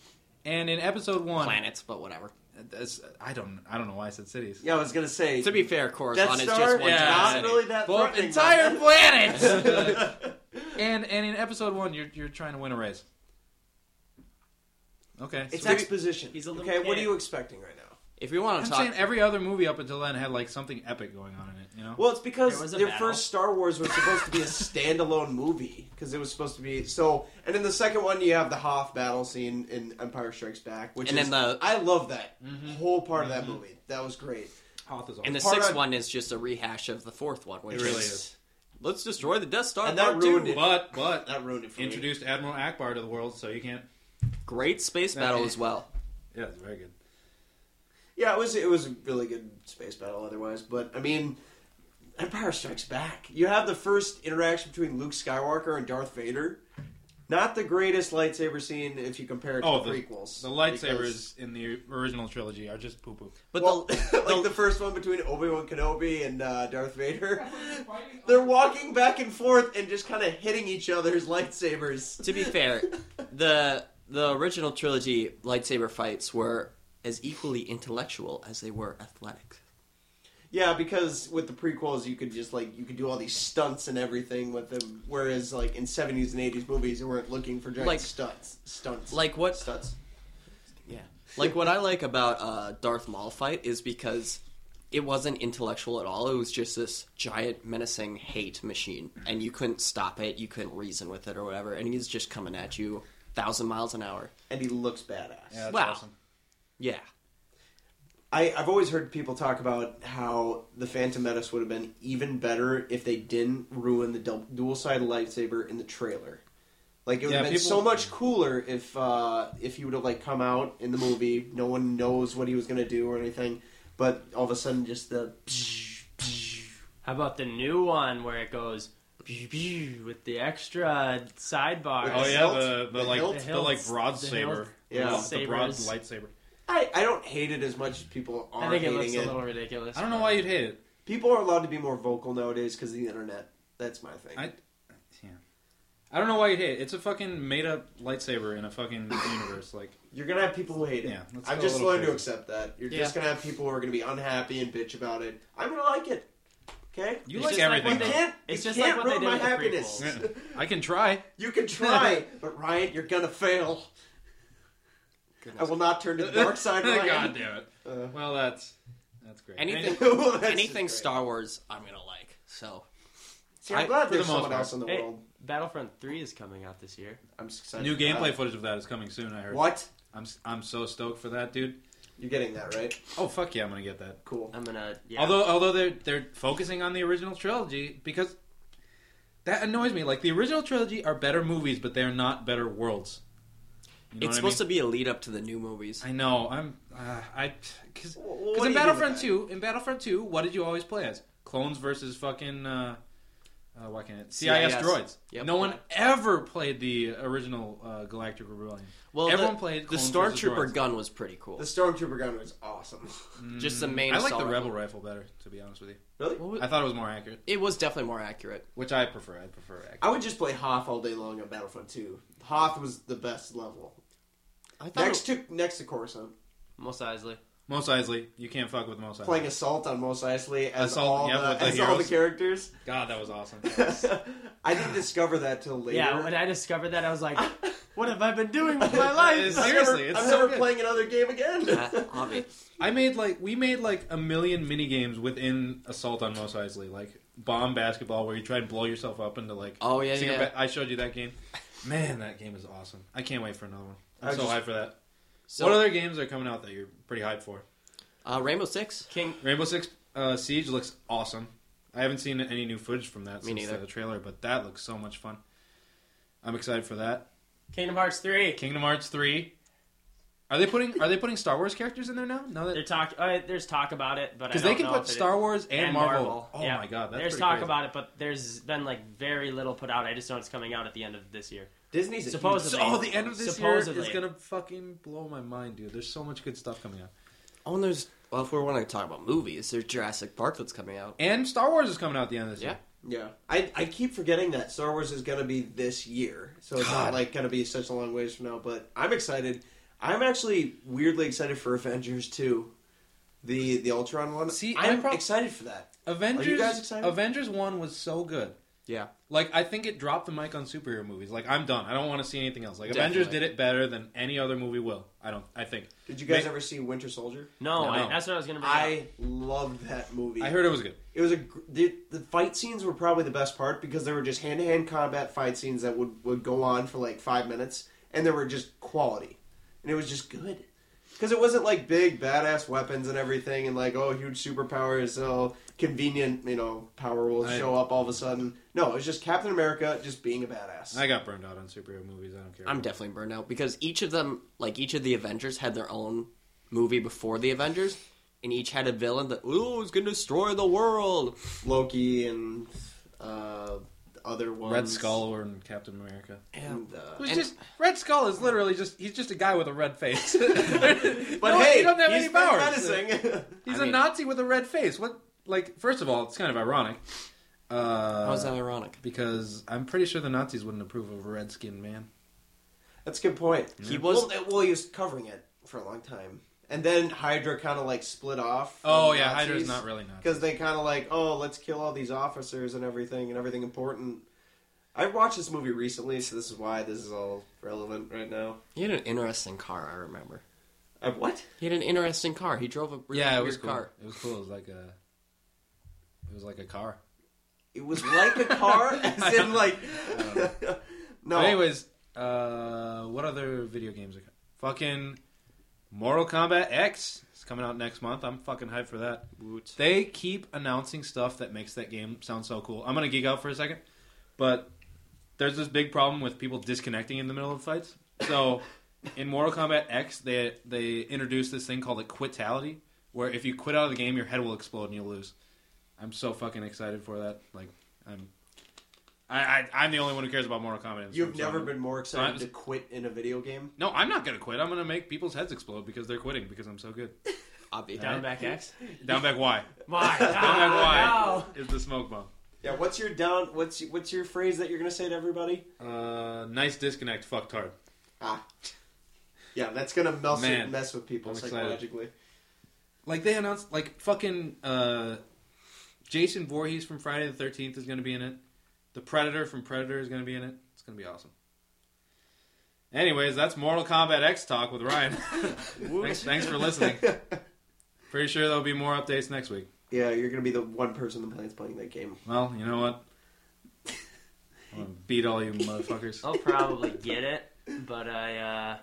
B: And in episode one,
A: planets, but whatever.
B: that's- I don't, I don't know why I said cities.
C: Yeah, I was gonna say.
A: To be fair, Coruscant
C: Death
A: is
C: Star,
A: just one.
B: yeah.
A: giant
C: not
A: city.
C: really that
B: Blow up
C: threatening, *laughs*
B: entire
C: man. *laughs*
B: planets. and and in episode one, you're you're trying to win a race. Okay,
C: It's
B: sweet.
C: exposition.
D: He's a little
C: okay, what are
D: kid.
C: you expecting right now?
A: If we want
B: I'm
A: to talk,
B: saying every other movie up until then had like something epic going on in it. You know,
C: Well, it's because
D: There was a
C: their
D: battle.
C: first Star Wars was
A: *laughs*
C: supposed to be a standalone movie because it was supposed to be so. And in the second one, you have the Hoth battle scene in Empire Strikes Back, which
A: And
C: is
A: then the- Mm-hmm.
C: I love that whole part of that movie. That was great.
B: Hoth is awesome.
A: and the
C: part
A: sixth
C: on-
A: one is just a rehash of the fourth one, which
B: It really
A: is,
B: is.
A: let's destroy the Death Star.
C: And that
A: part
C: ruined
A: two.
C: it.
B: but but
C: That ruined it for me.
B: introduced Admiral Akbar to the world, so you can't.
A: Great space battle as well.
B: Yeah, it's very good.
C: Yeah, it was it was a really good space battle otherwise, but I mean, Empire Strikes Back. You have the first interaction between Luke Skywalker and Darth Vader. Not the greatest lightsaber scene if you compare it to
B: Oh,
C: the,
B: the-
C: prequels.
B: The
C: because-
B: lightsabers in the original trilogy are just poo poo.
A: But
C: well,
A: the,
C: *laughs* like the first one between Obi Wan Kenobi and uh, Darth Vader, they're walking back and forth and just kind of hitting each other's *laughs* lightsabers.
A: to be
C: *laughs*
A: fair, the the original trilogy lightsaber fights were as equally intellectual as they were athletic.
C: Yeah, because with the prequels, you could just like you could do all these stunts and everything with them. Whereas like in seventies and eighties movies, they weren't looking for giant
A: Like-
C: stunts, stunts,
A: Like what
C: stunts.
A: Yeah. Like what I like about uh, Darth Maul fight is because it wasn't intellectual at all. It was just this giant menacing hate machine, and you couldn't stop it. You couldn't reason with it or whatever, and he's just coming at you thousand miles an hour.
C: And he looks badass.
B: Yeah, that's
A: Wow.
B: awesome.
A: Yeah.
C: I, I've always heard people talk about how the Phantom Menace would have been even better if they didn't ruin the dou- dual sided lightsaber in the trailer. Like it would
B: Yeah,
C: have been
B: people-
C: so much cooler if uh, if he would have like come out in the movie. No one knows what he was gonna do or anything, but all of a sudden just the
D: How about the new one where it goes pew, pew, with the extra sidebar?
B: Oh
C: The
B: yeah,
C: hilt,
B: the, the
C: the
B: like
C: hilt.
B: the, like
D: The
B: broad
D: hilt.
B: saber.
C: Yeah.
B: the broad
D: Sabers.
B: lightsaber.
C: I, I don't hate it as much as people are
D: I think it
C: hating
D: looks
C: it.
D: a little ridiculous.
B: I don't know why you'd hate it.
C: People are allowed to be more vocal nowadays because of the internet. That's my thing.
B: I- I don't know why you'd hate it. It's a fucking made up lightsaber in a fucking universe. Like
C: You're gonna have people who hate it.
B: Yeah, let's
C: I've
B: go a
C: just
B: little
C: learned to
B: crazy.
C: accept that. You're
A: Yeah.
C: just gonna have people who are gonna be unhappy and bitch about it. I'm gonna like it. Okay.
B: you
D: It's
B: like
D: just like
B: everything.
D: what
B: though.
D: they-
C: can't.
D: It's
C: you
D: just
C: can't
D: like what
C: ruin
D: they did
C: my
D: with the
C: happiness.
D: prequels.
B: I can *laughs* try.
C: *laughs* You can try,
B: *laughs*
C: but Ryan, you're gonna fail. I will not turn
B: *laughs*
C: to the dark side, Ryan.
B: God damn it. *laughs*
C: Uh.
B: well, that's that's great.
A: Anything,
B: *laughs*
C: *laughs* Well, that's
A: anything
C: just great.
A: Star Wars, I'm gonna like. So
C: See, I'm
A: I-
C: glad
B: for
C: there's
B: the most
C: someone
B: part.
C: else in the
D: Hey.
C: world.
D: Battlefront 3 is coming out this year.
C: I'm just excited.
B: New
C: for that.
B: gameplay footage of that is coming soon. I heard.
C: What?
B: I'm s- I'm so stoked for that, dude.
C: You're getting that right?
B: Oh fuck yeah, I'm gonna get that.
C: Cool.
D: I'm gonna. Yeah.
B: Although although they're they're focusing on the original trilogy because that annoys me. Like the original trilogy are better movies, but they're not better worlds. You know
A: it's
B: what I mean?
A: supposed to be a lead up to the new movies.
B: I know. I'm. Uh, I because
C: Wh- what do you
B: in
C: do
B: Battlefront
C: with that?
B: Two, in Battlefront Two, what did you always play as? Clones versus fucking. Uh, uh, why can't it? CIS,
A: CIS.
B: droids.
A: Yep.
B: No one ever played the original uh, Galactic Rebellion.
A: Well,
B: everyone
A: the,
B: played
A: the
B: Clone versus
A: stormtrooper
B: droids.
A: gun was pretty cool.
C: The stormtroober gun was *laughs* awesome.
A: Just the main.
B: I like
A: assault
B: the Rebel
A: rifle.
B: rifle better, to be honest with you.
C: Really?
A: What was-
B: I thought it was more accurate,
A: It was definitely more accurate.
B: which I prefer. I prefer accurate.
C: I would just play Hoth all day long on Battlefront 2. Hoth was the best level.
A: I thought
C: Next
A: it-
C: to next to Coruscant,
D: Mos Eisley.
B: Mos Eisley, you can't fuck with Mos Eisley.
C: *laughs* playing Assault on Mos Eisley as
B: Assault,
C: all
B: yeah,
C: the,
B: with the
C: as all the
B: heroes.
C: *laughs* characters.
B: God, that was awesome. *laughs*
C: I didn't discover that till later.
D: Yeah, when I discovered that, I
B: *laughs*
D: was like, what have I been doing with my life?
B: It's- Seriously,
C: I'm never,
B: it's
C: I'm
B: so
C: never
B: good.
C: playing another game again.
A: Uh, *laughs* obvi-
B: I made like we made like a million mini games within Assault on Mos Eisley, like bomb basketball, where you try and blow yourself up into like.
A: Oh, yeah,
B: secret
A: yeah.
B: ba- I showed you that game. Man, that game is awesome. I can't wait for another one. I'm
C: I
B: so
C: just-
B: hyped for that.
A: So,
B: what other games are coming out that you're pretty hyped for?
A: uh, Rainbow Six.
D: King.
B: Rainbow Six uh, Siege looks awesome. I haven't seen any new footage from that
A: Me
B: since
A: neither.
B: the trailer, but that looks so much fun. I'm excited for that.
D: Kingdom Hearts 3.
B: Kingdom Hearts three. Are they putting Are they putting Star Wars characters in there now? Now
D: They're
B: that
D: talk, uh, there's talk about it, but I
B: because
D: don't
B: they can
D: know
B: put
D: if it-
B: Star Wars and,
D: and
B: Marvel.
D: Marvel.
B: Oh
D: Yeah.
B: my god, that's
D: there's
B: pretty
D: talk
B: crazy.
D: about it, but there's been like very little put out. I just know it's coming out at the end of this year.
C: Disney's a
D: Supposedly.
B: *laughs*
C: huge-
B: So, oh, the end of this
D: Supposedly.
B: year is gonna fucking blow my mind, dude. There's so much good stuff coming out,
A: Oh, and there's. Well, if we're wanting to talk about movies, there's Jurassic Park that's coming out.
B: and Star Wars is coming out at the end of this
A: Yeah.
B: year.
C: yeah. I, I keep forgetting that Star Wars is gonna be this year, so it's
B: God.
C: not like gonna be such a long ways from now. But I'm excited. I'm actually weirdly excited for Avengers 2. The the Ultron one.
B: See,
C: I'm
B: I'm prob-
C: excited for that.
B: Avengers
C: guys excited?
B: Avengers one was so good.
A: Yeah.
B: Like I think it dropped the mic on superhero movies. Like I'm done. I don't want to see anything else. Like Avengers
A: Definitely.
B: did it better than any other movie will. I don't. I think.
C: Did you guys
B: Ma-
C: ever see Winter Soldier?
D: No,
B: No.
D: I, that's what I was gonna bring up.
C: I loved that movie.
B: I heard it was good.
C: it was a gr- the, the fight scenes were probably the best part because there were just hand to hand combat fight scenes that would would go on for like five minutes, and there were just quality, and it was just good because it wasn't like big badass weapons and everything, and like oh huge superpowers, so convenient you know power will
B: I-
C: show up all of a sudden. No, it was just Captain America just being a badass.
B: I got burned out on superhero movies. I don't care.
A: I'm definitely burned out because each of them, like each of the Avengers, had their own movie before the Avengers, and each had a villain that ooh is gonna destroy the world.
C: Loki and uh, other ones.
B: Red Skull or in Captain America.
C: And, uh,
B: *laughs*
C: *laughs*
B: It was
A: And-
B: just Red Skull is literally just he's just a guy with a red face.
C: *laughs*
B: *laughs* but
C: but hey,
B: he doesn't have
C: he's
B: any powers.
C: been menacing. *laughs*
B: He's
A: I
B: a
A: mean-
B: Nazi with a red face. What? Like, first of all, it's kind of ironic. Uh,
A: How's that ironic?
B: Because I'm pretty sure the Nazis wouldn't approve of a red skinned man.
C: That's a good point.
A: He was-
C: well, well, he was covering it for a long time, and then Hydra kind of like split off.
B: Oh yeah, Hydra's not really Nazi.
C: because they kind of like oh let's kill all these officers and everything and everything important. I watched this movie recently, so this is why this is all relevant right now.
A: He had an interesting car, I remember.
C: Uh, what?
A: He had an interesting car. He drove a really
B: yeah, it
A: weird
B: was cool.
A: car.
B: It was cool. It was like a. It was like a car.
C: It was like
B: *laughs*
C: a car, as in like. *laughs* no,
B: But anyways, uh, what other video games? Are... Fucking Mortal Kombat X. It's coming out next month. I'm fucking hyped for that.
A: Woot.
B: They keep announcing stuff that makes that game sound so cool. I'm gonna geek out for a second, but there's this big problem with people disconnecting in the middle of fights. So in Mortal Kombat X, they they introduced this thing called a quitality, where if you quit out of the game, your head will explode and you'll lose. I'm so fucking excited for that. Like I'm, I, I I'm the only one who cares about Mortal Kombat. in this
C: you've
B: room, so
C: never
B: I'm-
C: been more excited
B: I'm-
C: to quit in a video game.
B: No, I'm not gonna quit. I'm gonna make people's heads explode because they're quitting because I'm so
C: *laughs*
B: good.
A: Obvi.
D: Down back X.
B: Down back Y. *laughs*
D: My
B: Down back Y
D: God,
B: is the smoke bomb.
C: Yeah, what's your down? What's what's your phrase that you're gonna say to everybody?
B: Uh, nice disconnect, fucked hard.
C: Ah. Yeah, that's gonna mess
B: Man,
C: mess with people
B: I'm excited.
C: psychologically.
B: Like they announced, like fucking uh, Jason Voorhees from Friday the Thirteenth is going to be in it. The Predator from Predator is going to be in it. It's going to be awesome. Anyways, that's Mortal Kombat X talk with Ryan. *laughs* thanks, thanks
C: *laughs*
B: for listening. Pretty sure there'll be more updates next week.
C: Yeah, you're gonna be the one person on the planet's playing that game.
B: Well, you know what? I'm gonna beat all you motherfuckers.
C: Oh.
D: I'll probably get it, but I. Uh,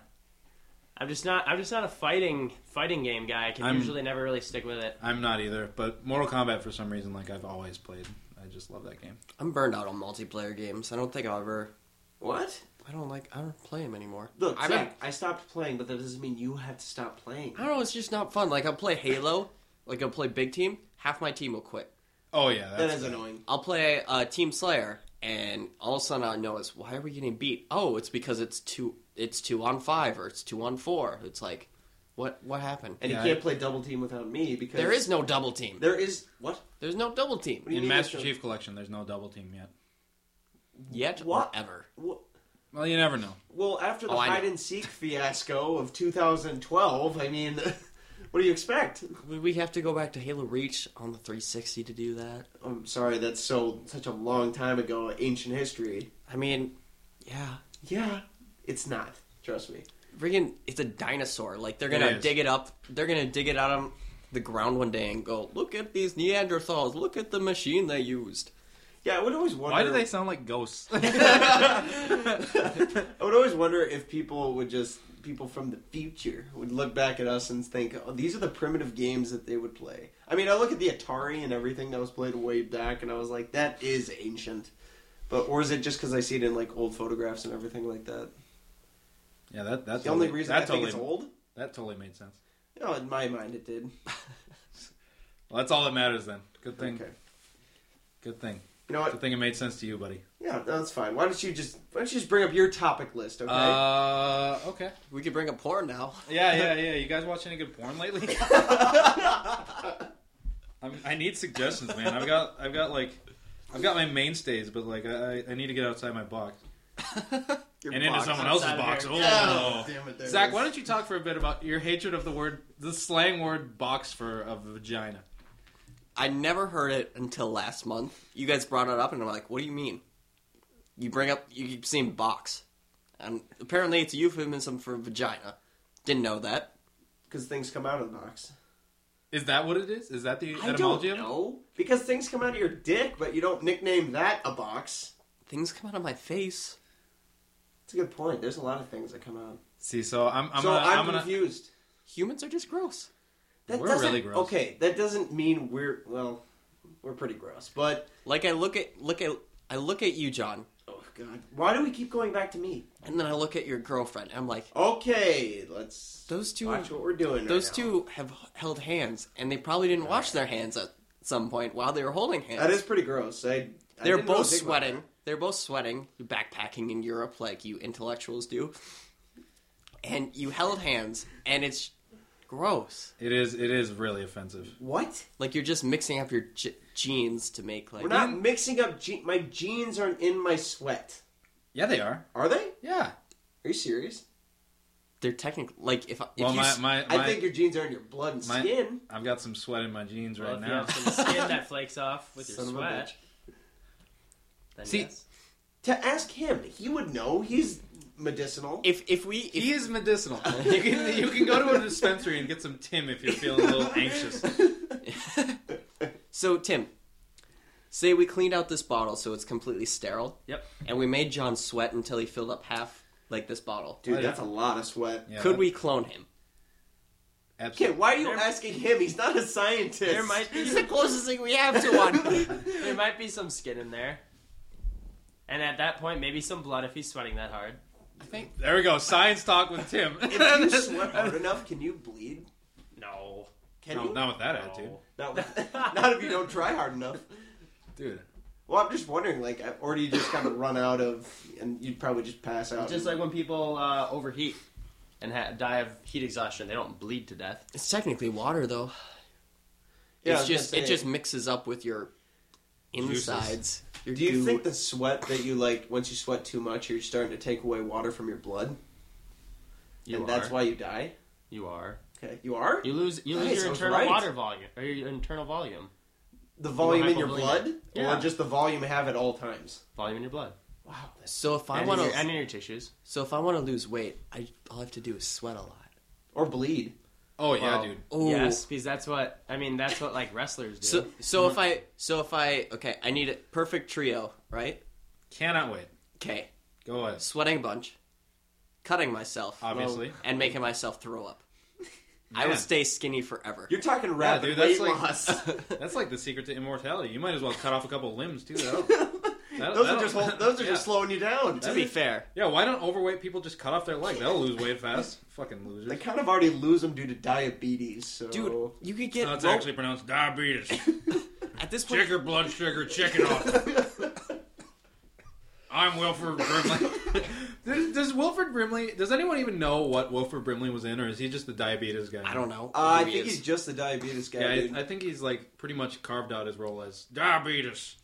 D: I'm just not. I'm just not a fighting fighting game guy. I can
B: I'm-
D: usually never really stick with it.
B: I'm not either, but Mortal Kombat for some reason, like I've always played. I just love that game.
A: I'm burned out on multiplayer games. I don't think I'll ever.
C: What?
A: I don't like. I don't play them anymore.
C: Look,
A: I
C: Zach, I stopped playing, but that doesn't mean you have to stop playing.
A: I don't know. It's just not fun. Like I'll play Halo. Like I'll play big team. Half my team will quit.
B: Oh yeah, that's
C: That is annoying.
A: I'll play uh, Team Slayer, and all of a sudden I notice why are we getting beat? Oh, it's because it's two. It's two on five or it's two on four. It's like, what? What happened?
C: And
B: Yeah,
C: you
B: I-
C: can't play double team without me because
A: There is no double team.
C: there is what?
A: There's no double team
C: What do you
B: In
C: mean
B: Master
C: there's
B: Chief Collection, there's no double team yet.
A: yet
C: What?
A: or ever.
C: no- Wh-
B: Well, you never know.
C: Well, after the
A: Oh, I know.
C: hide and seek fiasco of 2012, I mean, *laughs* what do you expect?
A: Would we have to go back to Halo Reach on the 360 to do that?
C: I'm sorry, that's so such a long time ago, ancient history.
A: I mean, yeah.
C: Yeah, it's not. Trust me.
A: Friggin', it's a dinosaur. Like they're
B: It
A: gonna
B: is.
A: dig it up. They're gonna dig it out of the ground one day and go, look at these Neanderthals. Look at the machine they used.
C: Yeah, I would always wonder.
B: Why do they sound like ghosts? *laughs*
C: I would always wonder *laughs* if people would just people from the future would look back at us and think, "Oh, these are the primitive games that they would play." I mean, I look at the Atari and everything that was played way back, and I was like, "That is ancient," but or is it just because I see it in like old photographs and everything like that?
B: yeah, that that's
C: The only reason I
B: that
C: think
B: totally,
C: it's old.
B: That totally made sense.
C: No, in my mind it did.
B: Well, that's all that matters then. Good thing.
C: Okay,
B: Good thing.
C: you know
B: Good
C: what?
B: thing it made sense to you, buddy.
C: Yeah, no, that's fine. Why don't you just why don't you just bring up your topic list? Okay.
B: Uh, okay.
A: We could bring up porn now.
B: Yeah, yeah, yeah. You guys watch any good porn lately?
C: *laughs*
B: I'm, I need suggestions, man. I've got, I've got like, I've got my mainstays, but like, I, I- I need to get outside my box
C: *laughs* Your
B: and into
C: box.
B: someone else's
D: outside of
B: box.
D: here.
B: Oh.
C: Oh, damn it, there it
B: Zach,
C: is.
B: why don't you talk for a bit about your hatred of the word, the slang word box for a vagina?
A: I never heard it until last month. You guys brought it up, and I'm like, "What do you mean?" You bring up you keep saying box, and apparently it's a euphemism for vagina. Didn't know that.
C: because things come out of the box.
B: Is that what it is? Is that the
C: I don't
B: etymology of it?
C: know because things come out of your dick, but you don't nickname that a box.
A: Things come out of my face.
C: It's a good point. There's a lot of things that come out.
B: See, so I'm, I'm
C: so
B: gonna,
C: I'm,
B: I'm gonna,
C: confused.
A: Humans are just gross.
C: That
B: We're
C: doesn't-
B: really gross.
C: Okay, that doesn't mean we're well. We're pretty gross, but
A: Like I look at look at I look at you, John,
C: oh god, why do we keep going back to me?
A: and then I look at your girlfriend. And I'm like,
C: Okay, let's
A: those two,
C: watch what we're doing.
A: those
C: right now.
A: two have held hands, and they probably didn't wash their hands at some point while they were holding hands.
C: That is pretty gross. I, I
A: They're
C: didn't know
A: both
C: Big Mac-
A: sweating. They're both sweating, backpacking in Europe like you intellectuals do. And you held hands, and it's gross.
B: It is, it is really offensive.
C: What?
A: Like you're just mixing up your j- jeans to make like.
C: We're not mixing up. Je- my jeans aren't in my sweat.
B: Yeah, they are.
C: Are they? Are
B: Yeah.
C: you serious?
A: They're technically like if, I- if
B: Well,
A: you
B: my,
A: s-
B: my,
C: I
B: my-
C: think your jeans are in your blood and
B: my-
C: skin.
B: I've got some sweat in my jeans
D: Well,
B: right
D: if you
B: now.
D: have some skin that flakes off with your
C: Son of a
D: sweat,
C: bitch.
D: then
B: See-
D: yes.
C: To ask him, he would know. He's medicinal.
A: if if we if,
B: He is
C: *laughs*
B: medicinal. you, can, you can go to a dispensary and get some Tim if you're feeling a little
C: *laughs*
B: anxious.
A: *laughs* so Tim, say we cleaned out this bottle so it's completely sterile.
D: Yep.
A: And we made John sweat until he filled up half like this bottle.
C: Dude,
B: Oh, yeah.
C: that's a lot of sweat.
B: Yeah,
A: Could
B: that-
A: we clone him?
C: Okay,
B: Absolutely.
C: why are you
D: There-
C: asking him? He's not a scientist.
D: There might be
A: He's the closest thing we have to
C: *laughs*
A: one.
D: there might be some skin in there. And at that point, maybe some blood if he's sweating that hard.
B: There we go. Science talk with Tim. *laughs*
C: If you sweat hard enough, can you bleed?
D: No.
C: Can
B: No,
C: you?
B: not with that
D: No.
B: attitude,
C: Not, with- *laughs* not if you don't try hard enough.
B: dude.
C: Well, I'm just wondering, like, or do you just kind of run out of, and you'd probably just pass out.
D: Just like when people uh, overheat and ha- die of heat exhaustion, they don't bleed to death.
A: It's technically water though.
C: Yeah,
A: it's
C: I was gonna
A: just
C: say,
A: it just mixes up with your
B: Juices.
A: insides. Your
C: Do you
A: goo.
C: think the sweat that you like, once you sweat too much, you're starting to take away water from your blood,
D: You
C: and
D: are.
C: that's why you die?
D: you are.
C: Okay, you are
D: You lose. You lose
C: Nice, I
D: your
C: was
D: internal
C: right.
D: water volume or your internal volume,
C: the volume in your
D: hypovolemic.
C: blood,
D: Yeah.
C: or just the volume you have at all times.
D: volume in your blood,
C: Wow, that's
A: so if I
D: and,
A: want
D: in your, and
A: to
D: in your tissues.
A: so if I want to lose weight, I all I have to do is sweat a lot.
C: or bleed.
B: Oh yeah,
D: Well,
B: dude.
A: Oh.
D: Yes, because that's what I mean. That's what like wrestlers do.
A: So so if I so if I okay, I need a perfect trio, right?
B: Cannot wait.
A: Okay,
B: Go ahead.
A: sweating a bunch, cutting myself,
B: Obviously.
A: and making myself throw
C: *laughs*
A: up. I
B: Man.
A: would stay skinny forever.
C: You're talking rapid
B: dude, that's
C: weight
B: like-
C: loss. *laughs*
B: That's like the secret to immortality. You might as well cut off a couple limbs too. That'll, that
C: those are just hol- those are just slowing you down.
A: to be fair,
B: Yeah, why don't overweight people just cut off their leg? They'll lose weight fast. Fucking losers.
C: They kind of already lose them due to diabetes. So. Uh,
A: dude,
C: *laughs*
A: *laughs* you could get
B: no, it's
A: ro-
B: actually pronounced diabetes.
A: at this point.
B: Check your blood sugar. Check it off. I'm Wilford Brimley. *laughs* does, does Wilford Brimley? Does anyone even know what Wilford Brimley was in, or is he just the diabetes guy?
A: I don't know.
C: Uh, I
A: who he
C: think
A: is.
C: he's just the diabetes guy.
B: Yeah,
C: dude.
B: I, I think he's like pretty much carved out his role as diabetes.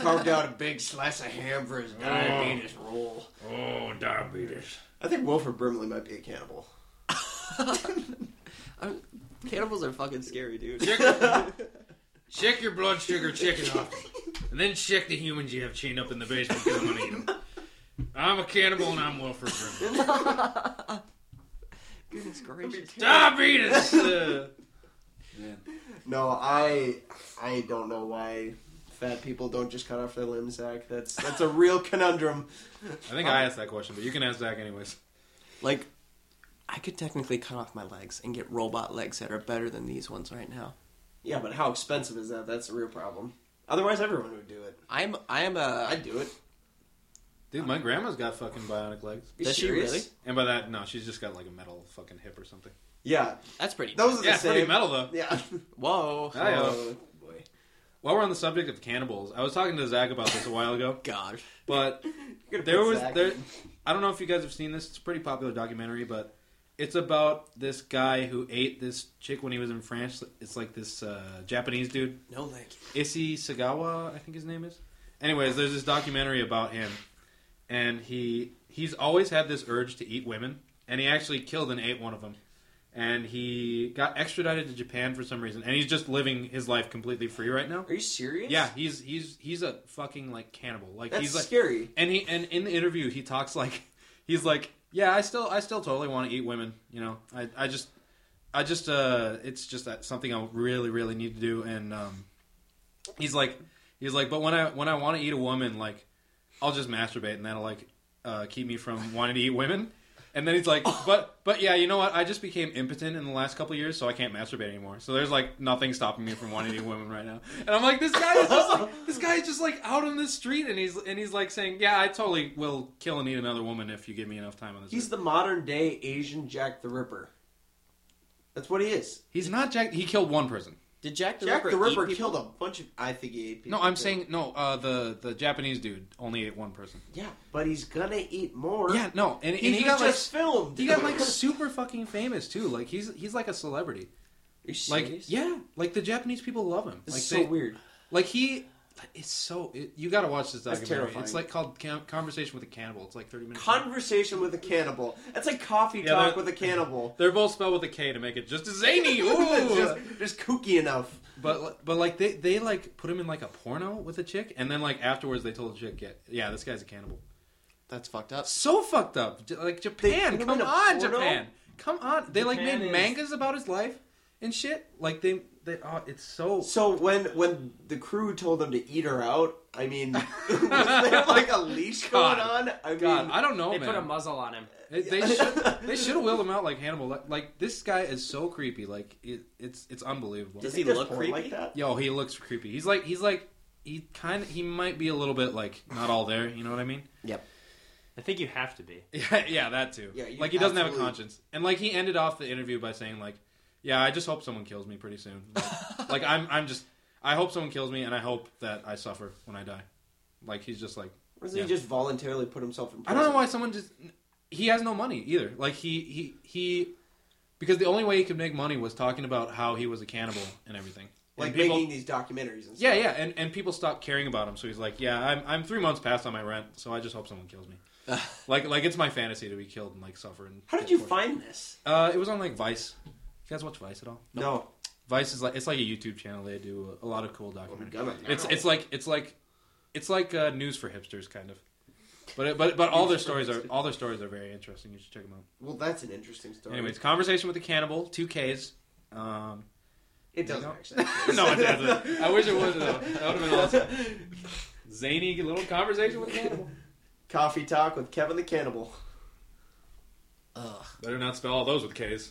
C: carved out a big slice of ham for his diabetes roll.
B: Oh, diabetes.
C: I think Wilford Brimley might be a cannibal.
A: *laughs* I'm- cannibals are fucking scary, dude.
B: Check, check your blood sugar, check it off. And then check the humans you have chained up in the basement because I'm going to eat them. I'm a cannibal and I'm Wilfred Brimley.
A: Goodness gracious.
B: Diabetes! *laughs* Uh,
C: *laughs* No, I I don't know why fat people don't just cut off their limbs, Zach. That's
B: *laughs*
C: that's a real conundrum.
B: I think I asked that question, but you can ask Zach anyways.
A: Like, I could technically cut off my legs and get robot legs that are better than these ones right now.
C: Yeah, but how expensive is that? That's the real problem. Otherwise, everyone would do it.
A: I'm, uh, I am a.
C: I'd do it.
B: Dude, my grandma's got fucking bionic legs.
C: You
A: Does she
C: serious?
A: really?
B: And by that, no, she's just got like a metal fucking hip or something.
C: Yeah,
A: That's pretty.
C: those are
B: Yeah,
C: the
B: it's pretty
C: same.
B: metal though. *laughs*
C: Yeah.
A: Whoa.
B: Hi, uh,
C: Oh, boy.
B: While we're on the subject of cannibals, I was talking to Zach about this a while ago,
A: God.
B: but
C: *laughs* You're gonna
B: There
C: put
B: was
C: Zach
B: there.
C: in.
B: I don't know if you guys have seen this. It's a pretty popular documentary, but it's about this guy who ate this chick when he was in France. It's like this uh, Japanese dude,
A: No, thank you.
B: Issey Sagawa, I think his name is. Anyways, there's this documentary about him, and he he's always had this urge to eat women, and he actually killed and ate one of them. and he got extradited to Japan for some reason, and he's just living his life completely free right now.
C: Are you serious?
B: Yeah, he's he's he's a fucking like cannibal. Like
C: that's
B: he's like
C: scary.
B: and he and in the interview he talks like *laughs* he's like yeah i still i still totally want to eat women you know i i just i just uh it's just that something i really really need to do and um he's like he's like but when i when i want to eat a woman like i'll just masturbate and that'll like uh keep me from wanting to eat women and then he's like but but yeah you know what i just became impotent in the last couple of years so i can't masturbate anymore so there's like nothing stopping me from wanting to eat women right now and i'm like this guy is just like this guy's just like out on the street and he's and he's like saying, "Yeah, I totally will kill and eat another woman if you give me enough time on this."
C: He's
B: earth."
C: the modern day Asian Jack the Ripper. That's what he is.
B: he's not Jack. He killed one person.
A: Did Jack the
C: Jack
A: Ripper,
C: the Ripper
A: eat people?
C: killed a bunch of. I think he ate people.
B: No, I'm
C: too.
B: saying no. Uh, the the Japanese dude only ate one person.
C: Yeah, but he's gonna eat more.
B: Yeah, no, and,
C: he,
B: and he got like
C: just filmed.
B: he got
C: *laughs*
B: like super fucking famous too. Like he's he's like a celebrity.
C: Are you
B: Like
C: serious?
B: yeah, like the Japanese people love him.
C: This
B: like
C: is so
B: they-
C: weird.
B: Like he. It's so it, you got to watch this
C: That's
B: documentary.
C: terrifying.
B: It's like called Cam- Conversation with a Cannibal. It's like thirty minutes. long.
C: Conversation with a cannibal. That's like coffee
B: Yeah,
C: talk
B: they're-
C: with
B: *laughs*
C: a cannibal.
B: They're both spelled with a K to make it just as
C: *laughs*
B: zany. Ooh,
C: just, just kooky enough.
B: But but like they they like put him in like a porno with a chick, and then like afterwards they told the chick, yeah, yeah this guy's a cannibal.
A: That's fucked up.
B: So fucked up. J- Like
C: They put
B: Japan,
C: him
B: come
C: in a
B: on,
C: porno?
B: Japan, come on. They like
D: Japan
B: made
D: is-
B: mangas about his life and shit. Like they they oh, it's so.
C: So when when the crew told him to eat her out, I mean, *laughs* was there like a leash
B: God.
C: going on? I mean,
B: God, I don't know,
D: They
B: man.
D: put a muzzle on him.
B: They- they should they should have wheeled him out like Hannibal. Like, like, this guy is so creepy. Like it, it's it's unbelievable.
A: Does
C: think
A: he
C: there's
A: look
C: porn
A: creepy?
C: Like that?
B: Yo, he looks creepy. He's like he's like he kind of he might be a little bit like not all there. You know what I mean?
D: I think you have to be.
B: Yeah, *laughs* yeah, that too.
C: Yeah, you
B: like he doesn't have a
C: absolutely-
B: conscience, and like he ended off the interview by saying like, "Yeah, I just hope someone kills me pretty
C: *laughs*
B: soon. Like, like, I'm, I'm just, I hope someone kills me, and I hope that I suffer when I die." Like he's just like,
C: Or doesn't
B: Yeah.
C: he just voluntarily put himself in
B: I
C: prison?
B: don't know why someone just, he has no money either. Like he, he, he, because the only way he could make money was talking about how he was a cannibal and everything.
C: Like
B: and people,
C: making these documentaries and stuff.
B: yeah, yeah, and, and people stopped caring about him. So he's like, "Yeah, I'm, I'm three months past on my rent, so I just hope someone
C: *laughs*
B: kills me." like, like it's my fantasy to be killed and like suffer. And
C: How did
B: get
C: you
B: tortured.
C: find this?
B: Uh, it was on like Vice. You guys watch Vice at all?
C: No,
B: Vice is like it's like a YouTube channel. They do a lot of cool documentaries.
C: God,
B: it's
C: no.
B: it's like it's like it's like uh, news for hipsters kind of. But it- but but all their stories are all their stories are very interesting. You should check them out.
C: well, that's an interesting story.
B: Anyways, conversation with the cannibal, two Ks. Um, *laughs*
C: it doesn't
B: no. *laughs*
C: actually.
B: no, it doesn't. I wish it was though. That would have been awesome.
C: *laughs*
B: Zany little conversation with the cannibal.
C: Coffee talk with Kevin the Cannibal.
A: Ugh,
B: Better not spell all those with Ks.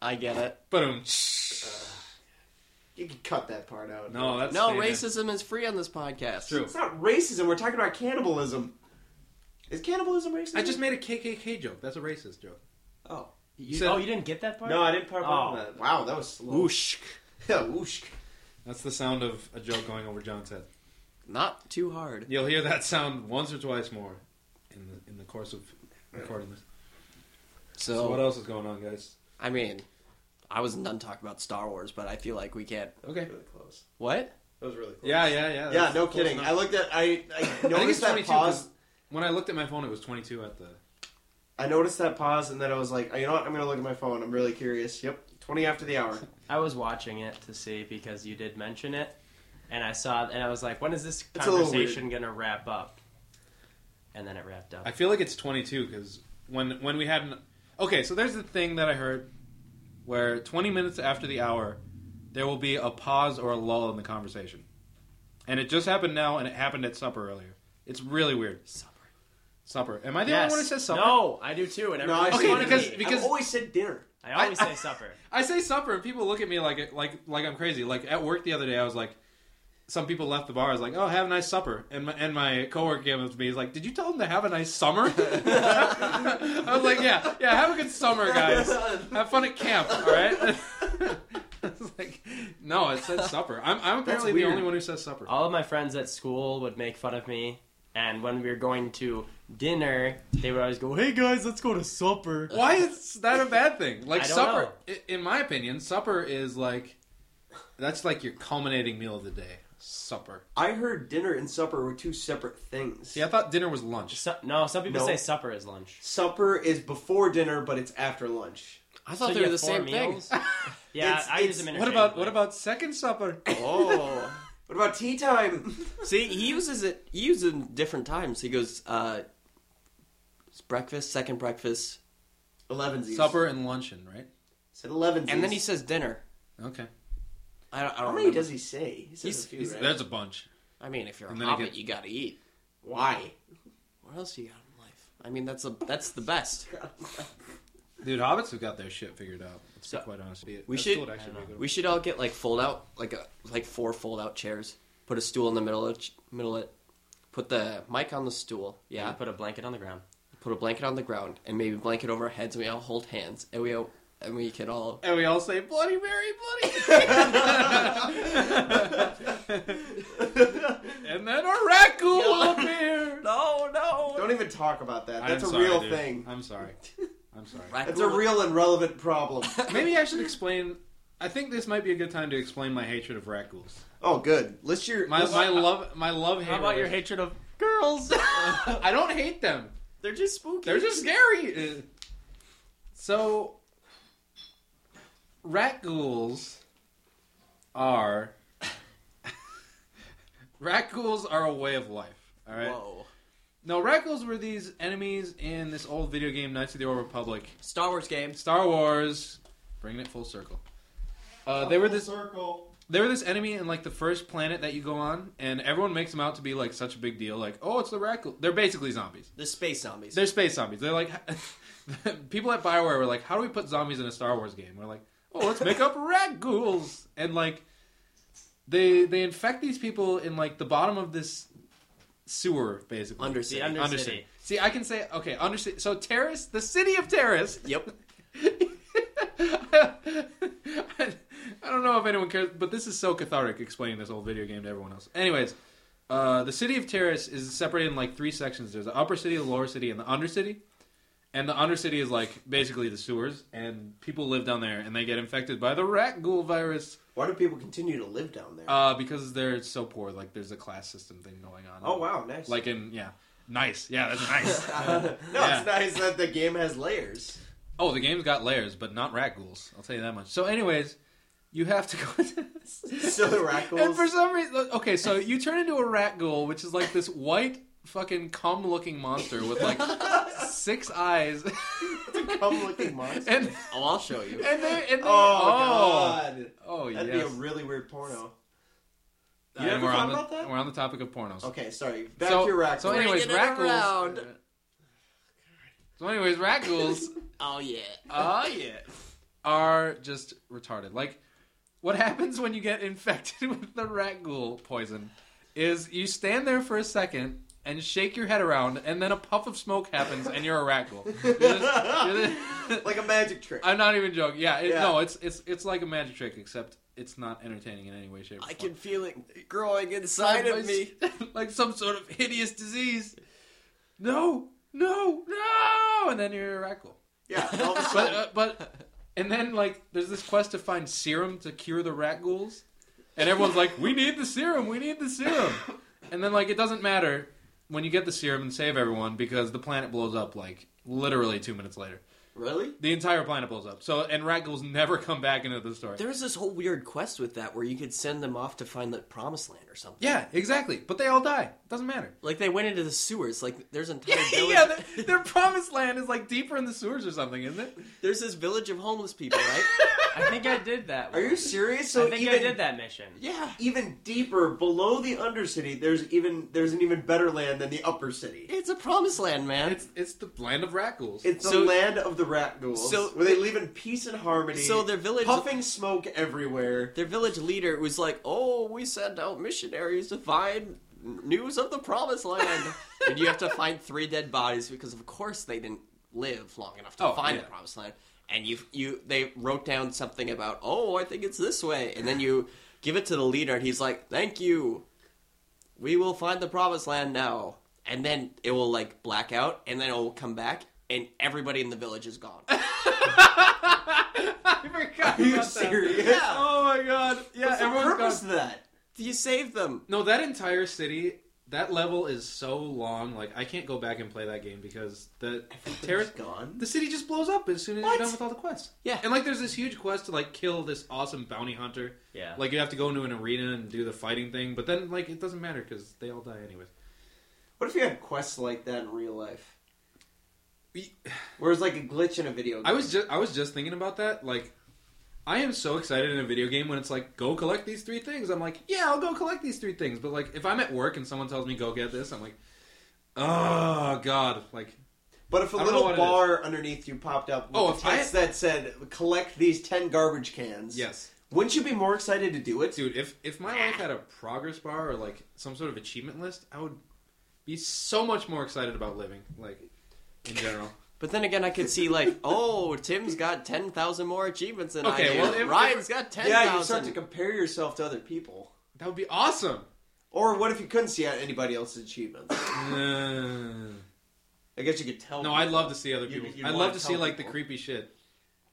A: I get it.
B: But um,
C: You can cut that part out.
B: no, that's
A: No,
B: staying in.
A: racism is free on this podcast.
B: True.
C: It's not racism. We're talking about cannibalism. Is cannibalism racism?
B: I just made a KKK joke. That's a racist joke.
C: Oh.
D: You,
B: said-
D: oh, you didn't get that part?
C: No, I didn't part
D: Oh.
C: oh. that. Wow, that was slow.
A: Whoosh.
C: *laughs* Yeah, whoosh.
B: That's the sound of a joke going over John's head.
A: Not too hard.
B: You'll hear that sound once or twice more in the in the course of recording this.
A: So,
B: So what else is going on, guys?
A: I mean, I was done talking about Star Wars, but I feel like we can't.
B: Okay.
C: Really close.
A: What?
C: That was really close.
B: Yeah, yeah, yeah.
C: Yeah,
B: that's
C: no
B: close
C: kidding.
B: enough.
C: I looked at I I
B: it's
C: noticed
B: 22,
C: that
B: 'cause-
C: pause.
B: when I looked at my phone, it was 22 at the.
C: I noticed that pause, and then I was like, you know what? I'm gonna look at my phone. I'm really curious. Yep, 20 after the
B: *laughs*
C: hour.
D: I was watching it to see because you did mention it, and I saw and I was like, when is this
C: It's a little
D: conversation going to wrap up? And then it wrapped up.
B: I feel like it's 22 because when when we had an okay, so there's the thing that I heard where 20 minutes after the hour, there will be a pause or a lull in the conversation, and it just happened now, and it happened at supper earlier. It's really weird.
D: Supper.
B: Supper. Am I the
D: yes.
B: only one who says supper?
D: No, I do too. And
C: No, I
D: everyone-
B: Okay,
C: okay,
B: because-
C: because
B: because-
C: I've always said dinner.
D: I always
B: I-
D: say supper.
B: I say supper, and people look at me like like like I'm crazy. Like at work the other day, I was like, some people left the bar. I was like, oh, have a nice supper, and my, and my coworker came up to me. He's like, did you tell them to have a nice summer? *laughs* I was like, yeah, yeah, have a good summer, guys. Have fun at camp, all right? *laughs* I was like, no, it said supper. I'm I'm apparently the
C: weird.
B: only one who says supper.
D: All of my friends at school would make fun of me, and when we were going to dinner, they would always go, "Hey guys, let's go to supper."
B: Why is that a bad thing? Like
D: I don't
B: supper,
D: know.
B: i- in my opinion, supper is like that's like your culminating meal of the day. Supper.
C: *laughs* I heard dinner and supper were two separate things.
B: See, I thought dinner was lunch.
D: Su- no, some people
C: No.
D: say supper is lunch.
C: Supper is before dinner, but it's after lunch.
F: I thought
D: So
F: they
D: you
F: were the
D: have four
F: same
A: *laughs*
D: meals?
F: thing.
D: Yeah,
C: It's-
D: I
C: it's-
D: use them
B: What about what about second supper?
A: Oh.
C: *laughs* What about tea time?
A: See, he uses it. He uses it in different times. He goes, uh, it's breakfast, second breakfast,
C: Elevensies.
B: supper and luncheon, right?
C: Said elevensies.
A: and then he says dinner.
B: Okay,
A: I don't. I don't
C: How many
A: remember.
C: does he say? He says
A: He's-
C: a few,
B: He's-
C: right?
B: there's a bunch.
A: I mean, if you're a
B: And then he
A: hobbit,
B: gets-
A: you gotta eat.
C: Why?
A: What else you got in life? I mean, that's a that's the best.
B: Dude, hobbits have got their shit figured out. Let's
A: So-
B: be quite honest.
A: We
B: That
A: should- Uh,
B: stool would actually be a good
A: We should all get like fold out, like a, like four fold out chairs. Put a stool in the middle of ch- middle it. Put the mic on the stool.
D: Yeah,
A: Yeah.
D: put a blanket on the ground.
A: Put a blanket on the ground and maybe blanket over our heads. and We all hold hands and we all, and we can all.
B: And we all say Bloody Mary, *laughs* Bloody. and then a raccoon will appear.
A: No, no.
C: *laughs* Don't e- even talk about that.
B: I'm
C: That's a
B: sorry,
C: real
B: dude.
C: thing.
B: I'm sorry. I'm sorry.
C: That's a real and relevant problem.
B: *laughs* Maybe I should explain. I think this might be a good time to explain my hatred of rat ghouls.
C: oh, good. Let's your
B: My,
C: let's-
B: my love, my love. hate
D: How about your
B: relation-
D: hatred of girls?
B: I don't hate them.
D: They're just spooky.
B: They're just scary. Uh, So, rat ghouls are *laughs* rat ghouls are a way of life. All right.
A: Whoa.
B: No, rat ghouls were these enemies in this old video game Knights of the Old Republic,
A: Star Wars games.
B: Star Wars, bringing it full circle. Uh, they were this
E: circle.
B: they were this enemy in like the first planet that you go on, and everyone makes them out to be like such a big deal. Like, oh, it's the rat ghoul. They're basically zombies.
A: The space zombies.
B: They're space zombies. They're like *laughs* people at Bioware were like, "How do we put zombies in a Star Wars game?" We're like, "Oh, let's make up rat ghouls." And like they they infect these people in like the bottom of this sewer basically.
A: Undercity.
D: the Undercity.
B: Undercity. See, I can say okay, undercity. So Terrace, the city of Terrace.
A: Yep.
B: I don't know if anyone cares, but this is so cathartic explaining this old video game to everyone else. Anyways, uh, the city of Terrace is separated in like three sections. There's the upper city, the lower city, and the undercity. And the undercity is like basically the sewers, and people live down there, and they get infected by the rat ghoul virus
C: why do people continue to live down there?
B: uh, because they're so poor. Like there's a class system thing going on.
C: oh wow, nice.
B: Like in yeah, nice. Yeah, that's nice.
C: *laughs* no,
B: Yeah.
C: it's nice that the game has layers.
B: Oh, the game's got layers, but not rat ghouls. I'll tell you that much. So, anyways, you have to go. *laughs* To this.
C: So the rat
B: And
C: ghouls-
B: for some reason, okay, so you turn into a rat ghoul, which is like this white fucking cum-looking monster with
C: *laughs*
B: like Oh, six eyes,
C: Come looking monster.
B: and
A: Oh, I'll show you.
B: and they and they,
C: oh,
B: oh
C: god,
B: oh yes.
C: that'd be a really weird porno.
B: And
C: You ever
B: we're
C: thought
B: on the,
C: about that?
B: We're on the topic of pornos.
C: Okay, sorry. Back
B: so,
C: to your rat
B: so
C: ghouls.
B: anyways,
A: Bringing it
B: rat ghouls.
A: around.
B: So, anyways, rat
C: *laughs*
B: ghouls.
A: Oh yeah.
B: Oh yeah. Are just retarded. Like what happens when you get infected *laughs* with the rat ghoul poison is you stand there for a second and shake your head around and then a puff of smoke happens and you're a rat ghoul. You're just- you're just-
C: like a magic trick.
B: *laughs* I'm not even joking. Yeah, it,
C: Yeah.
B: no, it's it's it's like a magic trick except it's not entertaining in any way shape or
A: I
B: form
A: can feel it growing inside of me.
B: *laughs* like some sort of hideous disease. No, no, no! And then you're a rat ghoul.
C: Yeah, all of a
A: *laughs*
B: But
C: sudden,
B: uh, but and then like there's this quest to find serum to cure the rat ghouls, and everyone's like, "We need the serum, we need the serum," and then like it doesn't matter when you get the serum and save everyone because the planet blows up like literally two minutes later.
C: really?
B: The entire planet blows up. So and rat ghouls never come back into the story.
A: There was this whole weird quest with that where you could send them off to find the promised land or something.
B: yeah, exactly. But they all die. It doesn't matter.
A: Like they went into the sewers. Like there's an entire village.
B: *laughs* yeah, their, their promised land is like deeper in the sewers or something, isn't it?
A: *laughs* There's this village of homeless people,
B: *laughs*
A: right?
D: I think I did that.
C: *laughs* Are
D: one.
C: you serious? So
D: I think
C: even
D: I did that mission.
A: yeah.
C: even deeper below the undercity, there's even there's an even better land than the upper city.
A: It's a promised land, man.
B: It's it's the land of rat ghouls.
C: It's the
A: So-
C: land of the rat ghouls,
A: so-
C: where they live in peace and harmony.
A: so their village
C: puffing smoke everywhere.
A: their village leader was like, "Oh, we sent out missionaries to find news of the promised
B: *laughs*
A: land." and you have to find three dead bodies because of course they didn't live long enough to
B: Oh,
A: find
B: yeah.
A: the promised land. And you you they wrote down something about, "Oh, I think it's this way." And then you give it to the leader and he's like, "Thank you. We will find the promised land now." And then it will like black out and then it will come back and everybody in the village is
B: *laughs*
A: gone.
B: *laughs* I forgot
C: Are you
B: about that.
C: serious?
A: yeah.
B: Oh my god! Yeah,
C: What's the
B: everyone's
C: purpose
B: gone.
C: of that?
A: You saved them.
B: No, that entire city that level is so long. Like I can't go back and play that game because the
C: Terrace
B: terror,
C: gone.
B: the city just blows up as soon as
A: What?
B: you're done with all the quests.
A: Yeah.
B: and like there's this huge quest to like kill this awesome bounty hunter.
D: Yeah.
B: Like you have to go into an arena and do the fighting thing, but then like it doesn't matter because they all die anyways.
C: What if you had quests like that in real life?
B: We-
C: Where it's like a glitch in a video game.
B: I was just I was just thinking about that. Like, I am so excited in a video game when it's like, go collect these three things. I'm like, yeah, I'll go collect these three things. But like, if I'm at work and someone tells me go get this, I'm like, oh god, like
C: But if a
B: I don't know
C: little
B: what it
C: bar underneath you popped up with
B: Oh,
C: a
B: if I-
C: text that said "collect these ten garbage cans,"
B: yes,
C: wouldn't you be more excited to do it?
B: dude. If if my life had a progress bar or like some sort of achievement list, I would be so much more excited about living. Like in general.
A: But then again, I could see *laughs* like, oh, Tim's got ten thousand more achievements than
B: Okay,
A: I do.
B: well, if-
A: Ryan's got ten thousand.
C: yeah, you start to compare yourself to other people.
B: That would be
C: *sighs*
B: awesome.
C: Or what if you couldn't see anybody else's achievements?
B: Uh,
C: I guess you could tell. *laughs*
B: No, I'd love to see other
C: You-
B: people.
C: you
B: I'd
C: wanna
B: love to
C: tell
B: see like the
C: people.
B: creepy shit.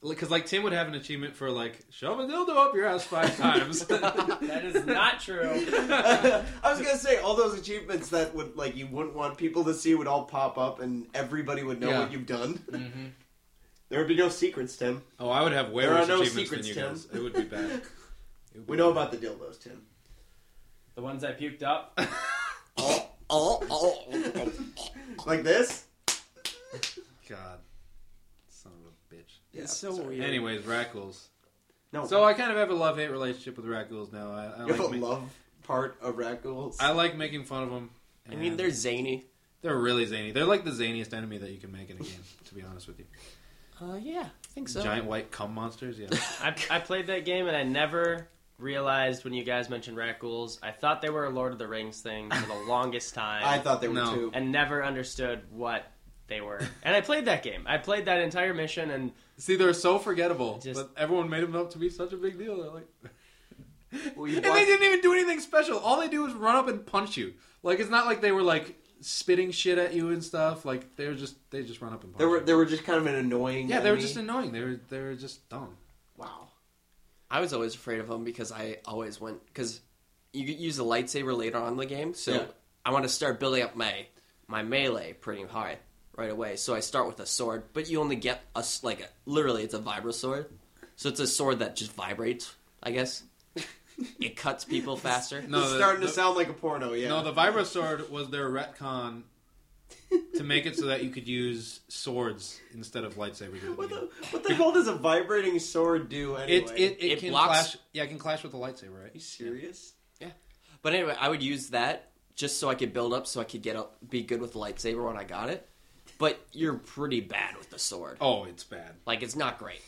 B: Because like Tim would have an achievement for like shove a dildo up your ass
C: *laughs*
B: five times. *laughs*
D: that is not true.
C: I was gonna say all those achievements that would like you wouldn't want people to see would all pop up, and everybody would know
B: Yeah.
C: what you've done.
B: Mhm.
C: *laughs* There would be no secrets, Tim.
B: Oh, I would have way
C: There are
B: worse
C: no
B: achievements than
C: secrets,
B: you
C: Tim.
B: guys. It would be
C: *laughs*
B: bad. It would be
C: We know
B: bad.
C: about the dildos, Tim.
D: The ones I puked up.
A: Oh, oh, oh.
C: like this.
B: *laughs* God, son of a bitch.
A: It's so weird.
B: Anyways, Rackles.
C: No,
B: So I kind of have a love hate relationship with Rackles now. I, I
C: you have
B: like
C: a
B: ma-
C: love part of Rackles.
B: I like making fun of them.
A: I mean, they're zany.
B: they're really zany. They're like the zaniest enemy that you can make in a game. To be honest with you,
A: Uh, yeah, I think so.
B: giant white cum monsters.
C: *laughs*
B: Yeah.
D: I, I played that game and I never realized when you guys mentioned Rackles, I thought they were a Lord of the Rings thing for
C: *laughs*
D: the longest time.
C: I thought they were
B: No. *laughs*
C: two.
D: and never understood what they were. And I played that game. I played that entire mission and
B: See, they're so forgettable,
D: Just-
B: but everyone made them up to be such a big deal. They're like,
C: Well, you
B: *laughs* and
C: watch-
B: they didn't even do anything special. All they do is run up and punch you. Like it's not like they were like spitting shit at you and stuff. Like they were just they just run up and punch.
C: They were
B: you.
C: they were just kind of an annoying.
B: yeah, they were
C: enemy.
B: just annoying. They were they were just dumb.
C: wow.
A: I was always afraid of them because I always went because you could use a lightsaber later on in the game. So
C: Yeah.
A: I want to start building up my my melee pretty high right away. So I start with a sword, but you only get a s- like a, literally it's a vibro sword. So it's a sword that just vibrates. I guess it cuts people faster.
B: No,
C: it's
B: the-
C: starting to
B: the-
C: sound like a porno. Yeah.
B: No, the Vibrosword was their retcon to make it so that you could use swords instead of lightsabers. in the
C: *laughs* what
B: game.
C: the what the hell does a vibrating sword do anyway?
B: It it, it,
A: It
B: can
A: blocks-
B: clash. Yeah, it can clash with the lightsaber, right?
C: Are you serious?
A: But anyway, I would use that just so I could build up, so I could get up, be good with the lightsaber when I got it. But you're pretty bad with the sword.
B: Oh, it's bad.
A: Like it's not great.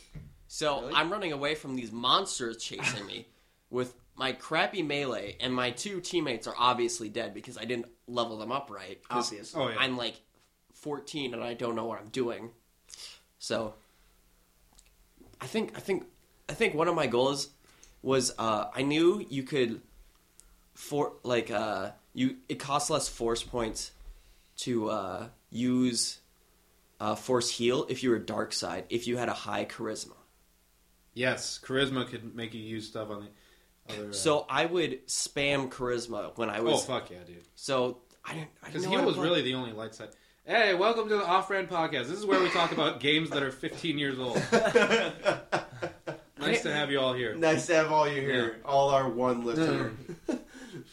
A: So
C: Really?
A: I'm running away from these monsters chasing me with my crappy melee, and my two teammates are obviously dead because I didn't level them up right. 'cause
C: Obvious.
B: Oh yeah.
A: I'm like 14 and I don't know what I'm doing. So I think I think I think one of my goals was uh, I knew you could for like uh, you it costs less force points to uh, use uh, force heal if you were dark side if you had a high charisma.
B: Yes, charisma could make you use stuff on the other. uh,
A: So I would spam charisma when I
B: oh
A: was
B: fuck yeah, dude!
A: so I didn't I didn't
B: Because
A: know
B: he
A: how to
B: was
A: play.
B: really the only light side. Hey, welcome to the Off Brand Podcast. This is where we talk about games that are 15 years old. Nice to have you all
C: *laughs*
B: here.
C: Nice to have all you here, all our one listener.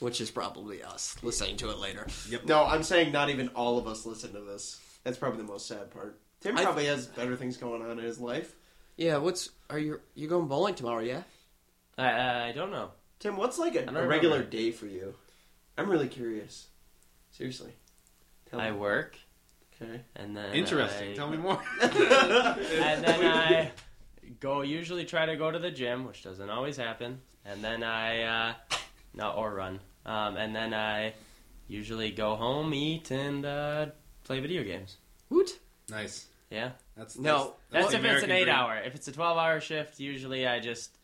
A: which is probably us listening to it later.
C: *laughs* no, I'm saying not even all of us listen to this. That's probably the most sad part. Tim
A: I-
C: probably has better things going on in his life.
A: Yeah, what's are you you going bowling tomorrow? Yeah,
D: I, I don't know.
C: Tim, what's like a,
D: don't
C: a regular
D: remember.
C: day for you? I'm really curious. Seriously. Tell
D: I
C: me.
D: work
C: Okay.
D: and then
B: Interesting.
D: I-
B: Tell me more.
D: *laughs* And then I go usually try to go to the gym, which doesn't always happen. And then I uh, no or run. Um, and then I usually go home, eat, and uh, play video games.
A: woot.
B: nice.
D: Yeah.
B: That's
A: No,
D: That's
B: the
D: if it's
B: American
D: an eight
B: dream.
D: hour. If it's a 12 hour shift, usually I just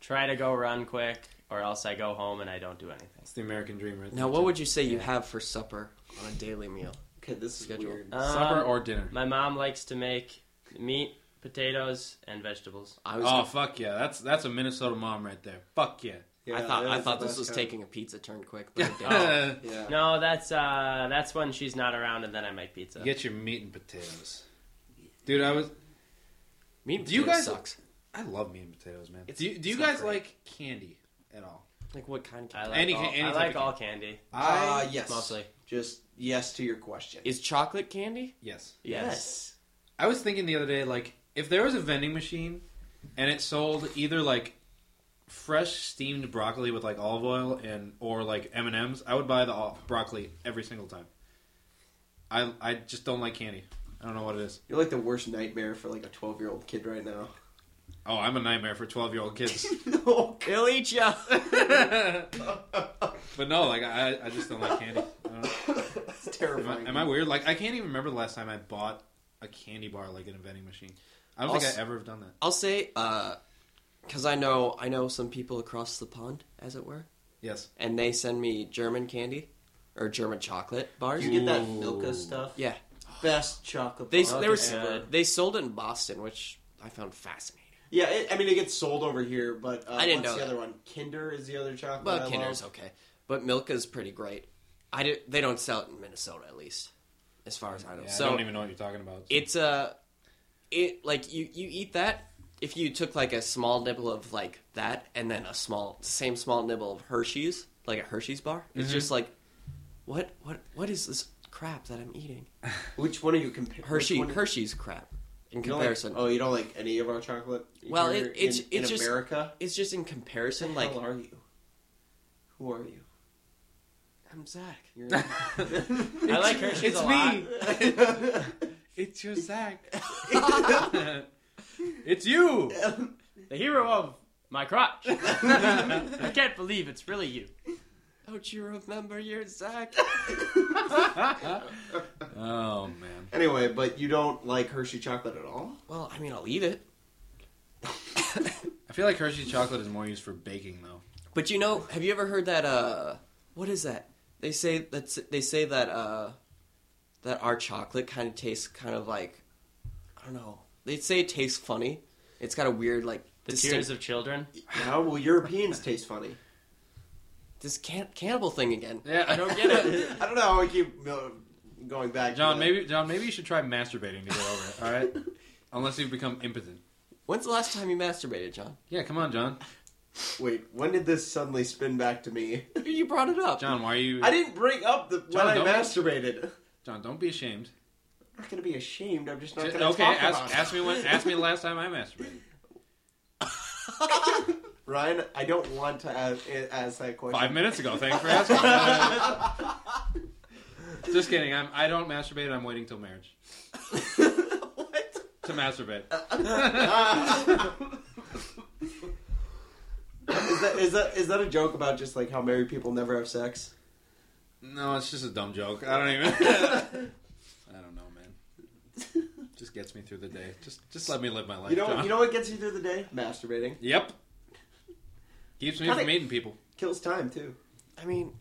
D: try to go run quick or else I go home and I don't do anything.
B: That's the American dream, right?
A: Now,
B: there,
A: what
B: Tim.
A: would you say you
D: Yeah.
A: have for supper on a daily meal?
C: Okay, this is
A: Schedule. Uh,
C: weird.
D: Um,
B: supper or dinner?
D: My mom likes to make meat, potatoes, and vegetables.
A: I was
B: Oh fuck yeah! That's that's a Minnesota mom right there. Fuck yeah!
C: Yeah,
A: I thought
C: that
A: I
C: is
A: thought
C: the
A: this
C: best
A: was
C: kind.
A: taking a pizza turn quick,
B: *laughs*
A: but it didn't.
D: Oh.
C: Yeah.
D: No, that's uh, that's when she's not around, and then I make pizza.
B: *laughs* Get your meat and potatoes, dude. I was.
A: meat and
B: Do you
A: potatoes
B: guys-
A: sucks.
B: I love meat and potatoes, man.
A: It's-
B: do you, do you
A: it's not
B: guys
A: great.
B: like candy at all?
A: Like what kind of
D: I
A: candy?
B: Any
D: like all,
B: ca- any
D: I
B: type
D: like
B: of
D: all candy.
C: Uh, yes.
A: mostly.
C: Just yes to your question.
A: Is chocolate candy?
B: yes.
A: Yes.
B: I was thinking the other day, like, if there was a vending machine and it sold either like fresh steamed broccoli with like olive oil and or like M and M's, I would buy the ol- broccoli every single time. I I just don't like candy. I don't know what it is.
C: You're like the worst nightmare for like a 12 year old kid right now. *laughs*
B: Oh, I'm a nightmare for twelve year old kids.
C: oh,
A: He'll eat ya.
B: but no, like I I just don't like candy. I don't know.
C: it's
B: Am I,
C: terrifying.
B: am I weird? Like I can't even remember the last time I bought a candy bar like in a vending machine. I don't think
A: Also-
B: I ever have done that.
A: I'll say, because I know I know some people across the pond, as it were,
B: Yes.
A: and they send me German candy or German chocolate bars.
C: You get Oh, that
B: Ooh.
C: Milka stuff?
A: Yeah,
C: Best chocolate
A: they
C: bar
A: they were
C: ever.
A: they sold it in Boston, which I found fascinating.
C: Yeah, it, I mean, it gets sold over here, but uh,
A: I didn't know
C: what's the
A: that.
C: other one? Kinder is the other chocolate. I
A: Well,
C: love.
A: Kinder's okay, but Milka's pretty great. I did, they don't sell it in Minnesota, at least as far as I know.
B: Yeah,
A: so
B: I don't even know what you're talking about.
A: it's a it like you you eat that if you took like a small nibble of like that and then a small same small nibble of Hershey's like a Hershey's bar it's
C: Mm-hmm.
A: just like what what what is this crap that I'm eating
C: Which one are you comparing?
A: Hershey Hershey's crap in comparison
C: oh, you don't like any of our chocolate?
A: Well,
C: here
A: it- it's-
C: in,
A: it's
C: in
A: just-
C: America.
A: it's just in comparison like
C: Who are you? Who are you?
A: I'm Zach
C: *laughs* You're
D: I like Hershey's
B: it's
D: a
B: me.
D: lot.
B: It's your Zach. it's you.
D: The hero of
B: *laughs*
D: my crotch. I can't believe it's really you.
A: don't you remember you're
C: *laughs*
A: Zach
B: Oh man.
C: anyway, but you don't like Hershey chocolate at all?
A: well I mean I'll eat it
B: I feel like Hershey's chocolate is more used for baking though.
A: But you know, have you ever heard that? Uh, what is that? They say that they say that uh, that our chocolate kind of tastes kind of like I don't know. They say it tastes funny. It's got a weird like
D: The
A: distinct-
D: tears of children.
C: How will Europeans taste funny?
A: this can- cannibal thing again.
B: Yeah,
A: I don't get it.
C: *laughs* I don't know how I keep uh, going back.
B: John,
C: to that.
B: maybe John, maybe you should try masturbating to get over it. All
C: *laughs*
B: right. Unless you become impotent.
A: *laughs* When's the last time you masturbated, John?
B: Yeah, come on, John.
C: Wait, when did this suddenly spin back to me?
A: You brought it up.
B: John, why are you?
C: I didn't bring up the when
B: John,
C: I
B: don't-
C: masturbated.
B: John, don't be ashamed.
C: I'm not gonna be ashamed. I'm just not gonna
B: Okay,
C: talk
B: ask,
C: about it.
B: ask me when. Ask me the last time I masturbated.
C: *laughs* Ryan, I don't want to ask, ask that question.
B: Five minutes ago. Thanks for asking. Just kidding. I'm. I don't masturbate. I'm waiting till marriage
C: *laughs* what?
B: to
C: *laughs*
B: masturbate.
C: is that is that is that a joke about just like how married people never have sex? *laughs*
B: No, it's just a dumb joke. I don't even. *laughs* I don't know, man. Just gets me through the day. Just, just let me live my life.
C: You know
B: John.
C: you know what gets you through the day? Masturbating
B: Yep. Keeps me
C: Kinda-
B: from eating people.
C: kills time too.
A: I mean,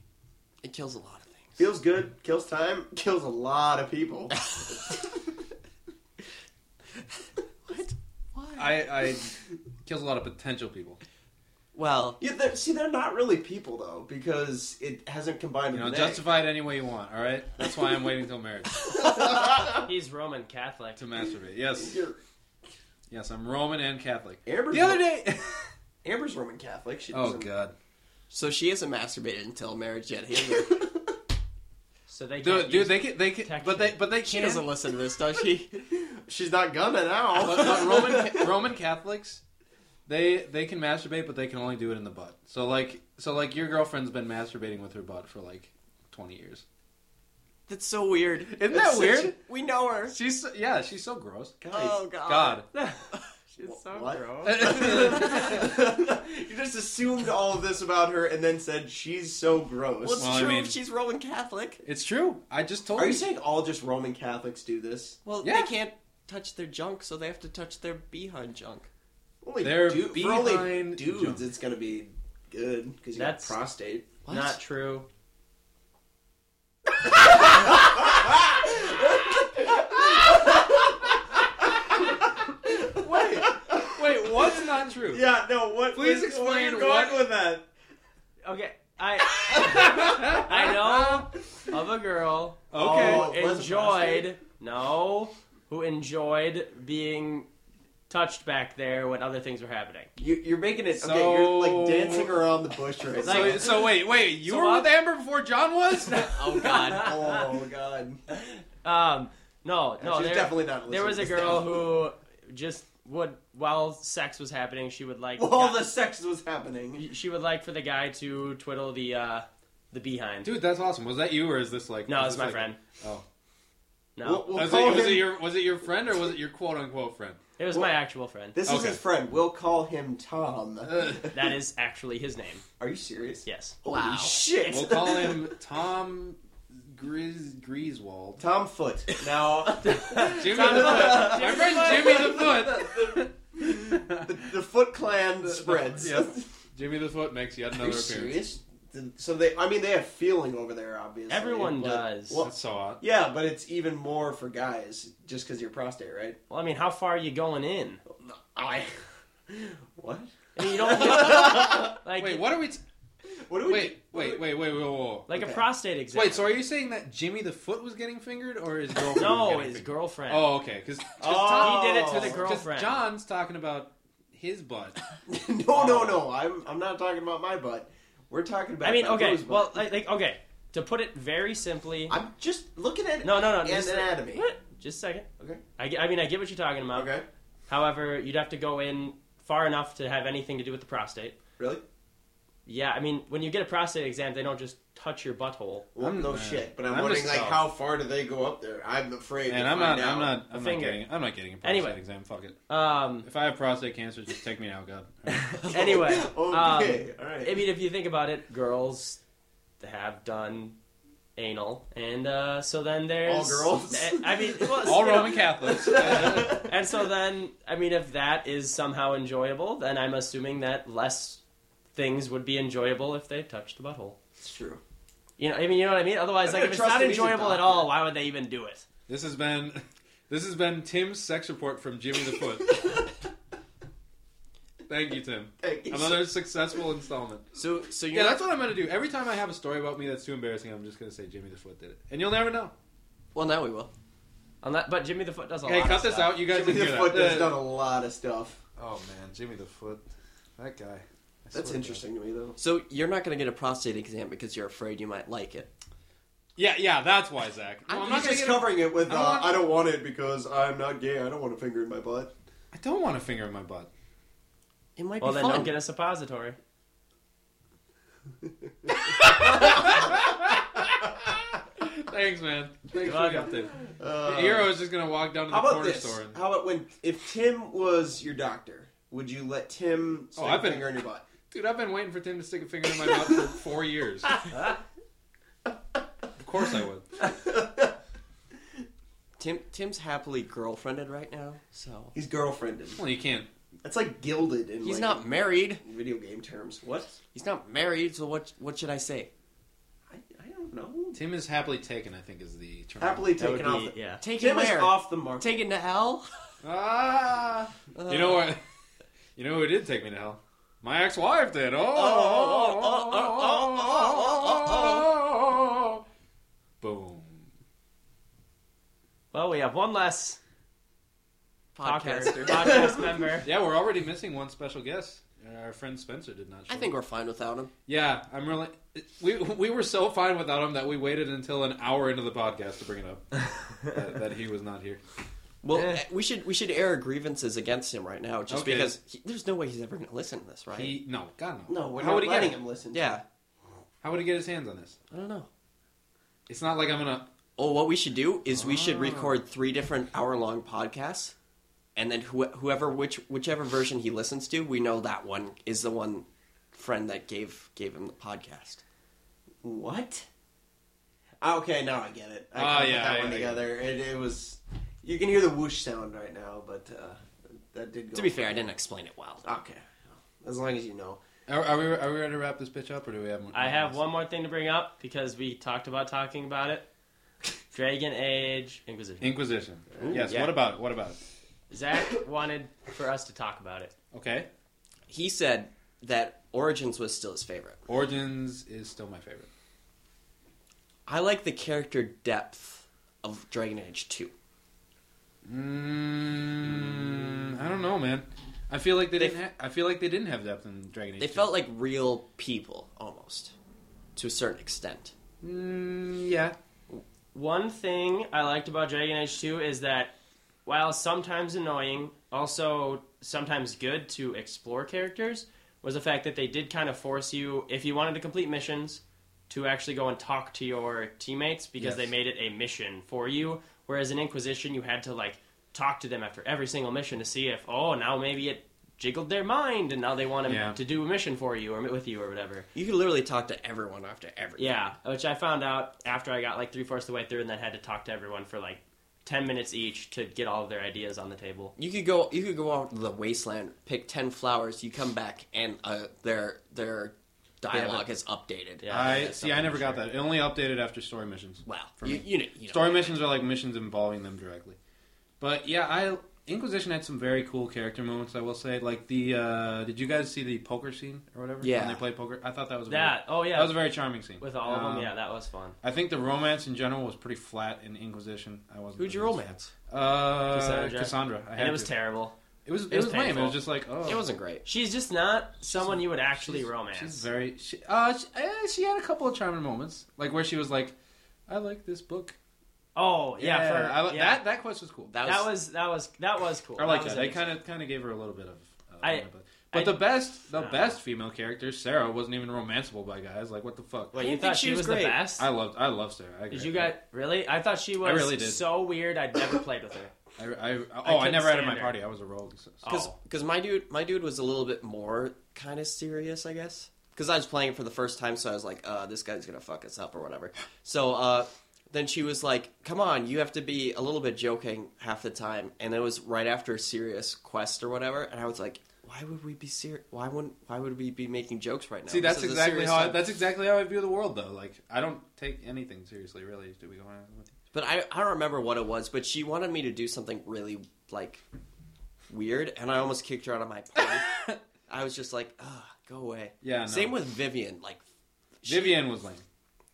A: it kills a lot of things.
C: Feels good, kills time, *laughs* kills a lot of people. *laughs*
A: *laughs* What? Why?
B: I, I kills a lot of potential people.
A: Well,
C: yeah, they're, see, they're not really people though because it hasn't combined.
B: You know,
C: with an egg.
B: justify it any way you want. All right. That's why I'm waiting till marriage
D: He's Roman Catholic.
B: to masturbate. *laughs* Yes,
C: You're-
B: yes. I'm Roman and Catholic.
C: Amber's
B: The other day. *laughs*
C: Amber's Roman Catholic. She
B: oh
C: doesn't-
B: God.
A: so she hasn't masturbated until marriage yet. Either.
D: So they
B: Dude,
D: can't
B: dude,
D: use-
B: they can, they can,
D: protection.
B: but they, but
A: *laughs*
B: they
A: She
B: can.
A: doesn't listen to this, does she?
C: She's not gonna now.
B: but, but Roman
C: *laughs*
B: Ca- Roman Catholics, they they can masturbate, but they can only do it in the butt. So like so like your girlfriend's been masturbating with her butt for like twenty years.
A: That's so weird.
B: Isn't
A: That's
B: that weird?
A: such- We know her.
B: She's so- yeah, she's so gross.
C: Guys,
A: Oh God. *laughs*
B: God, *laughs*
D: She's
C: Wh-
D: so
C: what?
D: gross.
C: you just assumed all of this about her and then said she's so gross.
A: Well, it's
B: Well, I
A: true.
B: mean-
A: She's Roman Catholic.
B: it's true. I just told
C: Are you saying all just Roman Catholics do this?
A: Well,
B: Yeah.
A: they can't touch their junk, so they have to touch their behind junk.
C: Only
B: They're
C: du- for only
B: behind
C: dudes,
B: junk.
C: it's gonna be good because you
D: That's-
C: got prostate.
A: What?
D: Not true.
C: Wait,
B: Wait, what's not true?
C: yeah, no. What?
B: Please
C: where- where are
B: explain
C: you *laughs* going
B: what-
C: with that.
D: Okay, I
C: *laughs*
D: I know of a girl
B: *laughs* Okay.
C: Oh,
D: who
C: was it
D: enjoyed no who enjoyed being touched back there when other things were happening.
C: You, you're making it okay.
B: So-
C: You're like dancing around the bush right
B: So, *laughs*
C: now.
B: so wait, wait, you
D: So
B: were
D: I-
B: with Amber before John
C: *laughs*
B: was?
A: Oh God.
C: oh god,
D: Um, no, no,
C: she's
D: there,
C: definitely not.
D: there
C: listening
D: was
C: to
D: a
C: this
D: girl
C: now. *laughs*
D: who just would while sex was happening, she would like
C: while the sex was happening.
D: she would like for the guy to twiddle the uh the behind.
B: Dude, that's awesome. Was that you or is this like?
D: no,
B: was
D: it's
B: this
D: my
B: like-
D: friend.
B: Oh.
D: No,
C: We'll- we'll
B: was,
C: call
B: it, was
C: him-
B: it your was it your friend or was it your quote unquote friend?
D: it was my
C: well-
D: actual friend.
C: This is
B: Okay.
C: his friend. We'll call him Tom.
B: Ugh.
D: That is actually his name.
C: Are you serious?
D: Yes.
C: Holy
A: Wow.
C: shit.
B: We'll
C: *laughs*
B: call him Tom Grizz Grieswald.
C: Tom Foot. Now,
B: *laughs* Jimmy
D: Tom
B: the
D: the
B: Foot.
D: Foot.
B: My friend Jimmy the Foot.
C: the, the Foot Clan spreads. *laughs*
B: Yep. Jimmy the Foot makes yet
C: Are you
B: another appearance.
C: serious? The- So they, I mean, they have feeling over there, obviously.
D: Everyone
C: but-
D: does.
C: Well,
B: That's so odd.
C: yeah, but it's even more for guys, just because you're prostate, right?
D: Well, I mean, how far are you going in?
C: I. *laughs* What?
D: I mean,
C: *laughs*
D: you don't like
B: Wait, what are we? T-
C: What do we?
B: wait, wait, wait, wait, wait, whoa, whoa.
D: like
C: Okay.
D: a prostate exam.
B: Wait, so are you saying that Jimmy the Foot was getting fingered, or his girlfriend? was
D: no,
B: getting
D: his
B: fingered?
D: girlfriend. *laughs*
B: Oh, okay.
C: *laughs*
B: Because
C: Oh.
D: he did it to the
C: Just-
D: girlfriend.
B: John's talking about his butt.
C: *laughs* no, no, no. I'm, I'm not talking about my butt. We're talking about.
D: I mean,
C: my
D: okay.
C: boo's butt. *laughs*
D: Well, like, like, okay. To put it very simply,
C: I'm just looking at
D: no, no, no.
C: an
D: just a-
C: anatomy.
D: what? Just a second.
C: Okay.
D: I, ge- I mean, I get what you're talking about.
C: Okay.
D: However, you'd have to go in far enough to have anything to do with the prostate.
C: Really?
D: Yeah, I mean, when you get a prostate exam, they don't just touch your butthole.
C: Well,
B: I'm-
C: no
B: uh,
C: shit. But I'm,
B: I'm
C: wondering,
B: just-
C: like,
B: oh.
C: how far do they go up there? I'm afraid.
B: And
C: to
B: I'm
C: find
B: not, I'm
C: out.
B: not, I'm not
D: finger.
B: getting, I'm not getting a prostate
D: Anyway.
B: exam. Fuck it.
C: *laughs*
D: Um,
B: If I have prostate cancer, just take me now, God.
D: Anyway,
C: okay. All right.
D: I mean, if you think about it, girls have done anal, and uh, so then there's
C: All girls?
D: *laughs* I mean, well,
B: All
D: you know,
B: Roman
C: *laughs*
D: *laughs*
B: Catholics.
D: And so then, I mean, if that is somehow enjoyable, then I'm assuming that less things would be enjoyable if they touched the butthole.
C: it's true.
D: You know, I mean, you know what I mean. Otherwise,
C: I'm
D: like
C: gonna
D: if it's
C: trust
D: not
C: that he's a
D: enjoyable at
C: doctor.
D: all, why would they even do it?
B: this has been, this has been Tim's sex report from Jimmy the Foot. Thank you, Tim.
C: *laughs* Thank you.
B: Another successful installment.
A: So so you're
B: Yeah,
A: not-
B: that's what I'm gonna do. Every time I have a story about me that's too embarrassing, I'm just gonna say Jimmy the Foot did it, and you'll never know.
A: well now we will.
D: Unless, but Jimmy the Foot does a
B: Hey,
D: lot.
B: cut
D: of
B: this
D: stuff.
B: out. You guys
C: Jimmy
B: didn't
C: the
B: hear
C: Foot
B: that.
C: has done a lot of stuff.
B: Oh man, Jimmy the Foot, that guy. I swear
C: That's
B: to
C: interesting to me, though.
A: So you're not going to get a prostate exam because you're afraid you might like it.
B: God. Yeah, yeah, that's why, Zach.
C: I'm,
B: Well,
C: not
B: gonna
C: just
B: get
C: covering it with
B: I don't
C: I don't, uh,
B: want-
C: I don't want it because I'm not gay. I don't want a finger in my butt.
B: A, I don't want a finger in my butt.
A: It might
D: Well,
A: be
D: then
A: fun.
D: don't get a suppository.
B: *laughs* Thanks, man. Thanks for
D: You're
B: the
D: welcome.
B: update.
C: Uh,
B: the hero is just gonna walk down to the
C: how about
B: corner
C: this?
B: store. And,
C: How about when if Tim was your doctor, would you let Tim stick
B: Oh, I've
C: a
B: been-
C: finger in your butt?
B: Dude, I've been waiting for Tim to stick a finger in my butt for four years. of course I would.
A: Tim Tim's happily girlfriended right now, so
C: He's girlfriended.
B: Well, you can't.
C: That's like gilded in
A: he's
C: like,
A: not married.
C: video game terms. What?
A: He's not married. So what what should I say?
C: I, I don't know.
B: Tim is happily taken. I think is the term.
C: Happily
D: That would
C: taken off.
D: be-
C: the,
D: yeah.
A: Take it
C: Tim is
A: where?
C: off the market.
A: Take it to hell.
B: Ah. you know what? *laughs* You know who did take me to hell? My ex-wife did. Oh.
A: oh, oh, oh, oh,
B: Boom.
D: Well, we have one less podcast
A: Podcaster.
D: podcast member.
B: Yeah, we're already missing one special guest. Uh, Our friend Spencer did not. Show
A: I think
B: up.
A: we're fine without him.
B: Yeah, I'm really. We we were so fine without him that we waited until an hour into the podcast to bring it up that, that he was not here.
A: Well,
D: Eh.
A: we should we should air our grievances against him right now, just
B: Okay.
A: because he, there's no way he's ever going to listen to this, right?
B: He no, God no.
C: No, we're
B: How
C: not
B: would he get
C: letting
B: it?
C: him listen.
A: yeah,
B: How would he get his hands on this?
A: I don't know.
B: It's not like I'm gonna.
A: Oh, what we should do is we should
B: Ah.
A: record three different hour-long podcasts, and then who whoever which whichever version he listens to, we know that one is the one friend that gave gave him the podcast.
C: What? Ah, Okay, now I get it. I
B: Ah,
C: kinda put
B: yeah,
C: that
B: yeah,
C: one
B: yeah.
C: together. It, it was. You can hear the whoosh sound right now, but uh, that did go.
A: To be fair, I didn't explain it well.
C: Okay, as long as you know.
B: Are, are we are we ready to wrap this bitch up, or do we have? One,
D: I have one more thing to bring up because we talked about talking about it. Dragon Age Inquisition.
B: Inquisition. yes.
A: yeah.
B: What about it? What about it?
D: Zach wanted for us to talk about it.
B: Okay.
A: He said that Origins was still his favorite.
B: Origins is still my favorite.
A: I like the character depth of Dragon Age 2.
B: Mm, I don't know, man. I feel like they,
A: They-
B: didn't. Ha- I feel like they didn't have depth in Dragon Age.
A: They
B: 2.
A: felt like real people, almost, to a certain extent.
B: Mm, yeah.
D: One thing I liked about Dragon Age 2 is that while sometimes annoying, also sometimes good to explore characters, was the fact that they did kind of force you, if you wanted to complete missions, to actually go and talk to your teammates because
B: Yes.
D: they made it a mission for you. Whereas in Inquisition, you had to like talk to them after every single mission to see if, oh, now maybe it jiggled their mind and now they want to,
B: Yeah.
D: to do a mission for you or with you or whatever.
A: You could literally talk to everyone after everything.
D: Yeah, which I found out after I got like three fourths of the way through, and then had to talk to everyone for like ten minutes each to get all of their ideas on the table.
A: You could go. You could go out to the wasteland, pick ten flowers. You come back, and uh, their their dialogue is updated.
D: Yeah,
B: I
A: That's
B: see. I
A: something
B: never got
A: sure.
B: that. It only updated after story missions.
A: Wow.
B: For
A: you,
B: me.
A: you know, you know.
B: Story missions are like missions involving them directly. But yeah, I Inquisition had some very cool character moments. I will say, like the uh, did you guys see the poker scene or whatever?
A: Yeah.
B: when they played poker, I thought that was a very,
D: That oh yeah,
B: that was a very charming scene
D: with all of them.
B: Um,
D: Yeah, that was fun.
B: I think the romance in general was pretty flat in Inquisition. I wasn't.
A: Who'd you
B: convinced.
A: romance?
B: Uh,
D: Cassandra
B: Cassandra.
D: Jones.
B: I
D: And
B: had
D: it was
B: to.
D: terrible.
B: It was. It,
D: was
B: was, lame. It
D: painful.
B: was just like oh,
A: It wasn't great.
D: She's just not someone you would actually
B: She's-
D: romance.
B: She's very. She, uh, she, eh, she had a couple of charming moments, like where she was like, "I like this book."
D: oh yeah, for,
B: I li-
D: yeah.
B: that that quest was cool.
A: That was,
D: That was that was that was cool.
B: I like
D: was
B: that. They
D: interesting.
B: kind of kind of gave her a little bit of. Uh,
D: I-
B: moment, but but
D: I-
B: the best, the
D: No.
B: best female character, Sarah, wasn't even romanceable by guys. Like what the fuck?
D: Wait,
A: I
D: you
A: didn't think
D: thought
A: she
D: she
A: was
D: was,
A: great.
D: the best?
B: I loved I love Sarah. I
D: did
B: agree.
D: you guys really? I thought she was
B: really did.
D: so weird. I'd never played with her.
B: I, I, oh, I,
D: couldn't
B: never added
D: stand
B: my
D: her.
B: party. I was a rogue. So, so-
A: because
D: Oh.
A: my dude my dude was a little bit more kind of serious, I guess. Because I was playing it for the first time, so I was like, uh, "This guy's gonna fuck us up" or whatever. So uh, then she was like, "Come on, you have to be a little bit joking half the time." And it was right after a serious quest or whatever, and I was like, "Why would we be serious? Why wouldn't? Why would we be making jokes right now?"
B: See,
A: This
B: that's
A: is a
B: exactly
A: serious
B: how I,
A: time.
B: that's exactly how I view the world, though. Like, I don't take anything seriously, really. Do we go on? with it?
A: But I, I don't remember what it was, but she wanted me to do something really, like, weird, and I almost kicked her out of
B: *laughs*
A: my party. I was just like, ugh, go away.
B: Yeah, no.
A: Same with Vivian. Like, she,
B: Vivian was lame.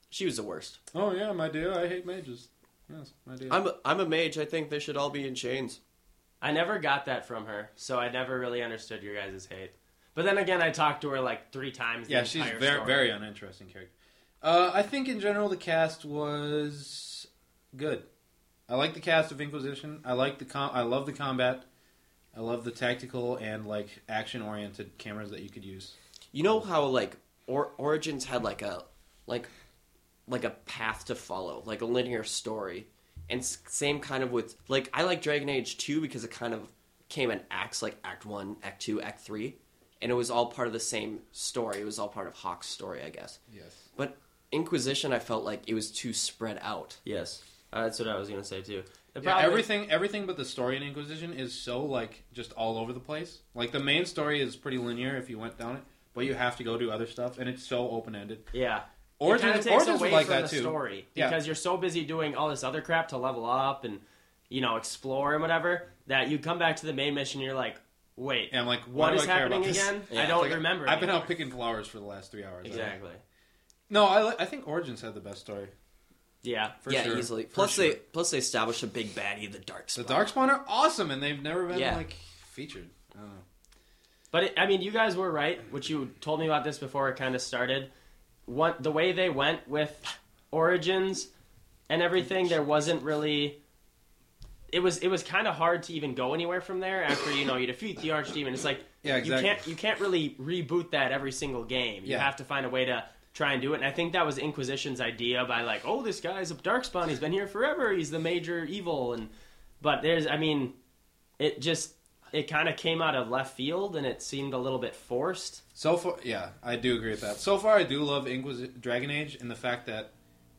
A: She was the worst.
B: Oh yeah, my dear, I hate mages. Yes, my dear.
A: I'm a, I'm a mage. I think they should all be in chains.
D: I never got that from her, so I never really understood your guys' hate. But then again, I talked to her like three times. the
B: yeah, she's
D: entire
B: very
D: story.
B: very uninteresting character. Uh, I think in general the cast was good. I like the cast of Inquisition. I like the com- I love the combat. I love the tactical and like action oriented cameras that you could use.
A: You know how, like, or, Origins had, like, a, like, like a path to follow, like a linear story. And s- same kind of with, like, I like Dragon Age 2 because it kind of came in acts, like Act 1, Act 2, Act 3. And it was all part of the same story. It was all part of Hawk's story, I guess.
B: Yes.
A: But Inquisition, I felt like it was too spread out.
D: Yes, uh, that's what I was gonna say too. The
B: Yeah,
D: problem is-
B: everything, everything but the story in Inquisition is so like just all over the place. Like the main story is pretty linear if you went down it, but you have to go do other stuff, and it's so open ended.
D: yeah, it kind of
B: Origins,
D: takes
B: Origins
D: away
B: was like
D: from
B: that
D: the
B: too.
D: story
B: Yeah.
D: because you're so busy doing all this other crap to level up and you know explore and whatever that you come back to the main mission and you're like, wait,
B: And I'm like,
D: what
B: why
D: is
B: do I care
D: happening
B: about this?
D: again?
A: Yeah,
D: I
A: it's
D: don't
B: Like,
D: remember.
B: *laughs* I've been
D: anymore.
B: out picking flowers for the last three hours.
D: exactly.
B: No, I, li- I think Origins had the best story
D: Yeah,
B: for
A: yeah,
B: sure.
A: easily.
B: For
A: Plus,
B: sure.
A: they plus they established a big baddie, the Dark
B: the
A: Spot.
B: Darkspawn are awesome, and they've never been
A: Yeah.
B: like featured. I don't know.
D: But it, I mean, you guys were right. What you told me about this before it kind of started. What the way they went with Origins and everything, there wasn't really. It was it was kind of hard to even go anywhere from there after you know you defeat the archdemon. It's like
B: Yeah, exactly.
D: you can't you can't really reboot that every single game. You
B: Yeah.
D: have to find a way to try and do it. And I think that was Inquisition's idea by like, oh, this guy's a darkspawn. He's been here forever. He's the major evil. And but there's, I mean, it just it kind of came out of left field and it seemed a little bit forced.
B: So far, yeah, I do agree with that. So far, I do love Inquis- Dragon Age and the fact that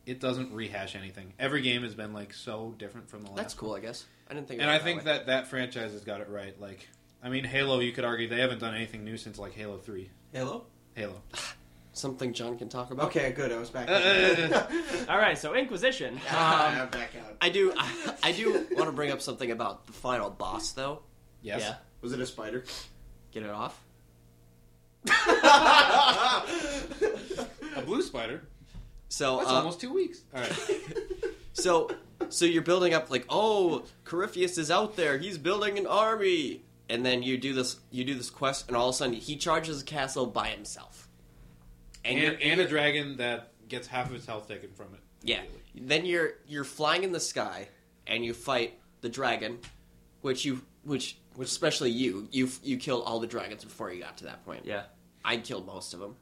B: it doesn't rehash anything. Every game has been like so different from the last.
A: That's cool, I guess. I didn't think.
B: And
A: about
B: I
A: it
B: think
A: that,
B: that that franchise has got it right. Like, I mean, Halo, you could argue they haven't done anything new since like Halo Three.
C: Hello.
B: Halo.
A: way. something John can talk about.
C: Okay, good. I was
B: Uh,
C: back. *laughs*
D: All right, so Inquisition. Um,
C: I'm back out.
A: I do. *laughs* I, I do want to bring up something about the final boss, though.
B: Yes.
D: *laughs* Yeah.
C: Was it a spider?
A: Get it off.
B: A blue spider.
A: So
B: That's
A: uh,
B: almost two weeks. All right.
A: So so you're building up like, oh, Corypheus is out there. He's building an army. And then you do this you do this quest and all of a sudden he charges a castle by himself.
B: And,
A: you're-
B: and, and a dragon that gets half of its health taken from it.
A: Yeah. Then you're you're flying in the sky and you fight the dragon, which you which which especially you you you killed all the dragons before you got to that point.
D: Yeah.
A: I killed most of them,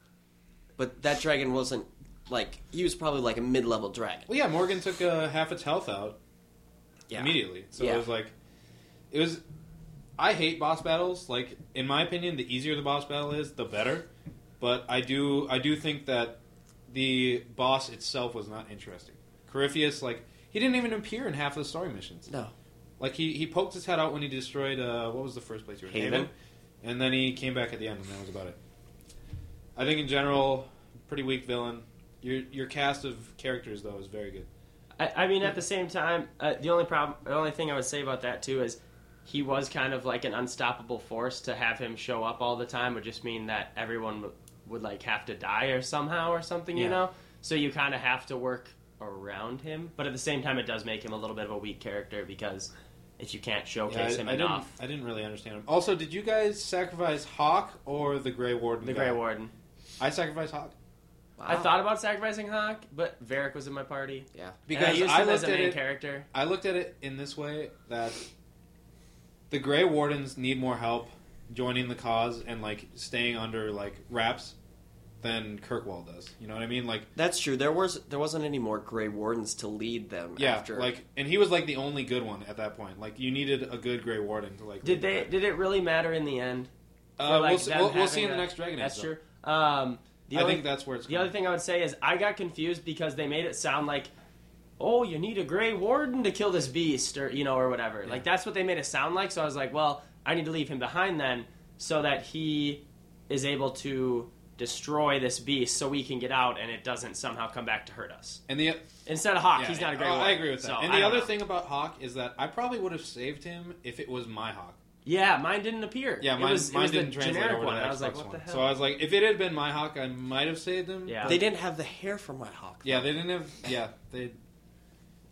A: but that dragon wasn't like he was probably like a mid level dragon.
B: Well, yeah, Morgan took uh, half its health out
A: Yeah.
B: immediately. So
A: Yeah.
B: it was like, it was. I hate boss battles. Like in my opinion, the easier the boss battle is, the better. But I do, I do think that the boss itself was not interesting. Corypheus, like he didn't even appear in half of the story missions.
A: No.
B: Like he, he poked his head out when he destroyed uh, what was the first place you were in?
A: Haven.
B: and then he came back at the end, and that was about it. I think in general, pretty weak villain. Your your cast of characters though is very good.
D: I, I mean, at the same time, uh, the only problem, the only thing I would say about that too is he was kind of like an unstoppable force. To have him show up all the time would just mean that everyone w- would like have to die or somehow or something, you
B: Yeah.
D: know. So you kind of have to work around him, but at the same time, it does make him a little bit of a weak character because if you can't showcase
B: I,
D: him
B: I didn't,
D: enough,
B: I didn't really understand him. Also, did you guys sacrifice Hawk or the Grey Warden?
D: the
B: guy?
D: Grey Warden.
B: I sacrificed Hawk
D: I thought about sacrificing Hawk, but Varric was in my party.
A: Yeah.
D: Because I
B: because
D: used
B: I,
D: him as
B: looked
D: a
B: at
D: main
B: it.
D: character.
B: I looked at it in this way that the Grey Wardens need more help joining the cause and like staying under like wraps than Kirkwall does. You know what I mean? Like
A: That's true. There was there wasn't any more Grey Wardens to lead them.
B: yeah,
A: after.
B: like and he was like the only good one at that point. Like you needed a good Grey Warden to like.
D: Did
B: lead
D: they?
B: that.
D: Did it really matter in the end?
B: Uh,
D: for, like,
B: we'll see,
D: them
B: we'll, we'll
D: having
B: see in the
D: a-
B: next Dragon Age.
D: That's
B: though.
D: true. Um, the
B: I
D: only,
B: think that's where it's.
D: the other thing I would say is I got confused because they made it sound like, oh, you need a Grey Warden to kill this beast, or you know, or whatever. Like that's what they made it sound like. So I was like, well, I need to leave him behind then, so that he is able to destroy this beast, so we can get out, and it doesn't somehow come back to hurt us.
B: and the
D: Instead of Hawk,
B: Yeah,
D: he's not a Grey
B: oh,
D: Warden.
B: I agree with that.
D: So
B: and
D: I
B: the
D: don't
B: other
D: know.
B: thing about Hawk is that I probably would have saved him if it was my Hawk.
D: yeah, mine didn't appear.
B: Yeah,
D: It
B: mine,
D: was- it
B: mine
D: was the
B: didn't translate
D: generic
B: over to
D: one.
B: the
D: I was
B: Xbox
D: like, what
B: one.
D: the hell?
B: So I was like, if it had been my Hawk, I might have saved him.
D: Yeah.
A: they didn't have the hair for my hawk.
B: Yeah, they didn't have. Yeah, they.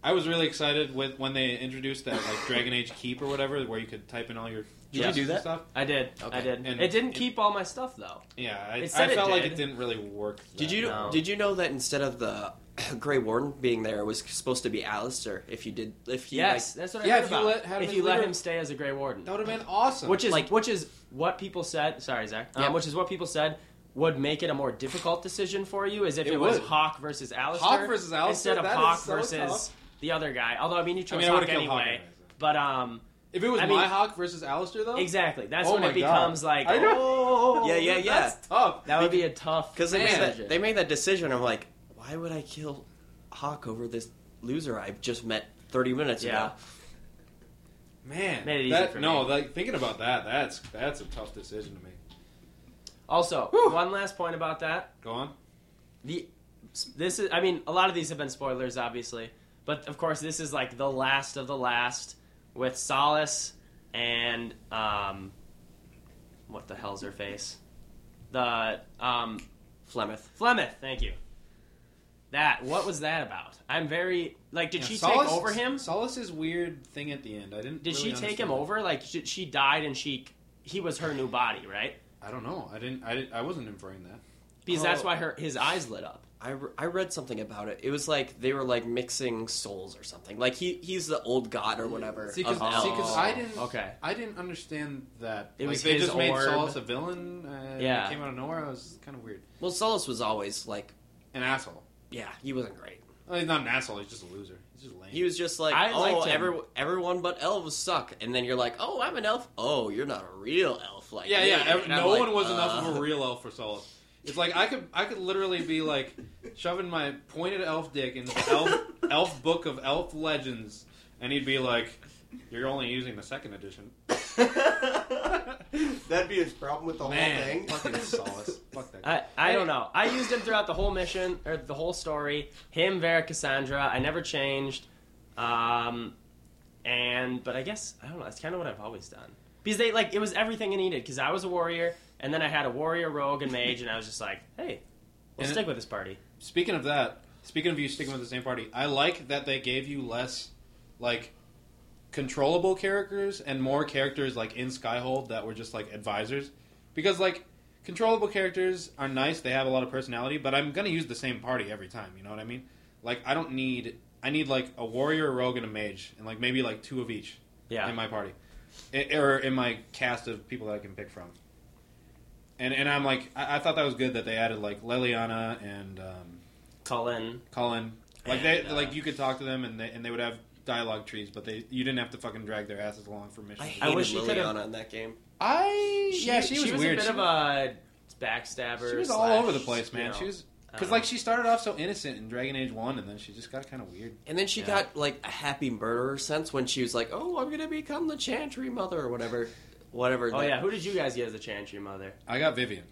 B: I was really excited with when they introduced that like Dragon Age Keep or whatever, where you could type in all your.
A: you
B: chests
A: do
B: and
A: that?
B: Stuff.
D: I did.
A: Okay.
D: I did.
B: And
D: it didn't
B: it-
D: keep all my stuff though.
B: Yeah, I, I
D: It
B: felt
D: said it
B: like
D: did.
B: it didn't really work.
A: Did
B: that
A: you
B: well.
D: No.
A: did you know that instead of the *coughs* Grey Warden being there, it was supposed to be Alistair if you did if he
D: yes, that's what I
B: Yeah,
D: heard
B: if you
D: about.
B: let- had him
D: if
B: as
D: you let
B: leader-
D: him stay as a Grey Warden,
B: That would have been awesome.
D: which is
A: Like-
D: which is what people said. Sorry, Zach. Um,
A: Yeah.
D: Which is what people said would make it a more difficult decision for you, is if
B: It
D: it, was
B: would.
D: Hawk versus Alistair,
B: Hawk versus Alistair,
D: instead of
B: that is
D: Hawk
B: so
D: versus
B: tough.
D: the other guy. Although I mean, you chose
B: mean, I
D: Hawk
B: would've killed
D: anyway.
B: Hawk anyway, so.
D: But um,
B: if it was
D: I
B: my
D: mean-
B: Hawk versus Alistair though,
D: exactly, that's
B: Oh
D: when
B: my
D: it becomes
B: God.
D: like,
B: I know.
D: oh,
A: Yeah, yeah, yeah.
B: That's tough.
D: that would be a tough
A: because they, made
B: Man.
A: that- they made that decision. I'm like, why would I kill Hawk over this loser I've just met 30 minutes
D: Yeah.
A: ago?
B: man.
D: Made it easy
B: that,
D: for
B: no,
D: me.
B: like thinking about that, that's that's a tough decision to make.
D: Also, one last point about that.
B: Go on.
D: the this is I mean a lot of these have been spoilers obviously, but of course this is like the last of the last with Solace and um what the hell's her face? The um
A: Flemeth.
D: Flemeth, thank you. That what was that about? I'm very like did
B: Yeah,
D: she
B: Solace-
D: take over him?
B: Solace's weird thing at the end. I didn't.
D: Did
B: really
D: she take
B: understand
D: him
B: that.
D: over? Like she, she died and she he was her new body, right?
B: I don't know. I didn't. I didn't. I wasn't inferring that.
D: Because that's
A: Oh.
D: why her his eyes lit up.
A: I, re- I read something about it. It was like they were like mixing souls or something. Like he he's the old god or whatever.
B: See, because
A: of Al-
D: see, 'cause
B: I didn't.
D: Okay.
B: I didn't understand that.
D: It
B: like,
D: was
B: they
D: his
B: just made
D: orb.
B: Solace a villain. Uh, yeah,
D: Yeah.
B: came out of nowhere. It was kind of weird.
A: well, Solus was always like,
B: An asshole.
A: yeah, he wasn't great.
B: Well, he's not an asshole. He's just a loser. He's just lame.
A: He was just like,
D: I
A: oh,
D: liked him.
A: every, everyone but elves suck. And then you're like, oh, I'm an elf. Oh, you're not a real elf. Like,
B: yeah,
A: me.
B: yeah. ev-
A: And I'm
B: no
A: like,
B: one was
A: uh,
B: enough of a real elf for Solace. It's like I could I could literally be like shoving my pointed elf dick into
A: *laughs*
B: the elf elf book of elf legends, and he'd be like, "You're only using the second edition."
C: That'd be his problem with the whole
B: Man,
C: thing.
B: fucking Solace.
A: *laughs*
B: Fuck that. guy.
D: I, I don't know. I used him throughout the whole mission or the whole story. Him, Vera, Cassandra. I never changed. Um, and but I guess I don't know. That's kind of what I've always done because they like it was everything I needed. Because I was a warrior. And then I had a warrior, rogue, and mage, and I was just like, hey, we'll
B: And it-
D: stick with this party.
B: Speaking of that, speaking of you sticking with the same party, I like that they gave you less like controllable characters and more characters like in Skyhold that were just like advisors. Because like controllable characters are nice, they have a lot of personality, but I'm gonna use the same party every time, you know what I mean? Like I don't need I need like a warrior, a rogue, and a mage, and like maybe like two of each
D: Yeah.
B: in my party, I- or in my cast of people that I can pick from. And and I'm like, I, I thought that was good that they added like Leliana and um,
D: Cullen.
B: Colin. Like they
D: And, uh,
B: like you could talk to them and they and they would have dialogue trees, but they you didn't have to fucking drag their asses along for missions.
A: I
B: I,
A: hated
D: wish she could've-
A: Liliana in that game.
B: yeah, she, was,
D: was
B: weird.
D: a bit
B: she,
D: of a backstabber.
B: she was all
D: slash, Uh,
B: over the place, man.
D: you know,
B: she was
D: I
B: because
D: don't
B: like
D: know. um,
B: she started off so innocent in Dragon Age One, and then she just got kind of weird.
A: And then she
D: Yeah.
A: got like a happy murderer sense when she was like, "Oh, I'm gonna become the Chantry Mother" or whatever, whatever.
D: Oh
A: that-
D: yeah, who did you guys get as a Chantry mother?
B: I got Vivian.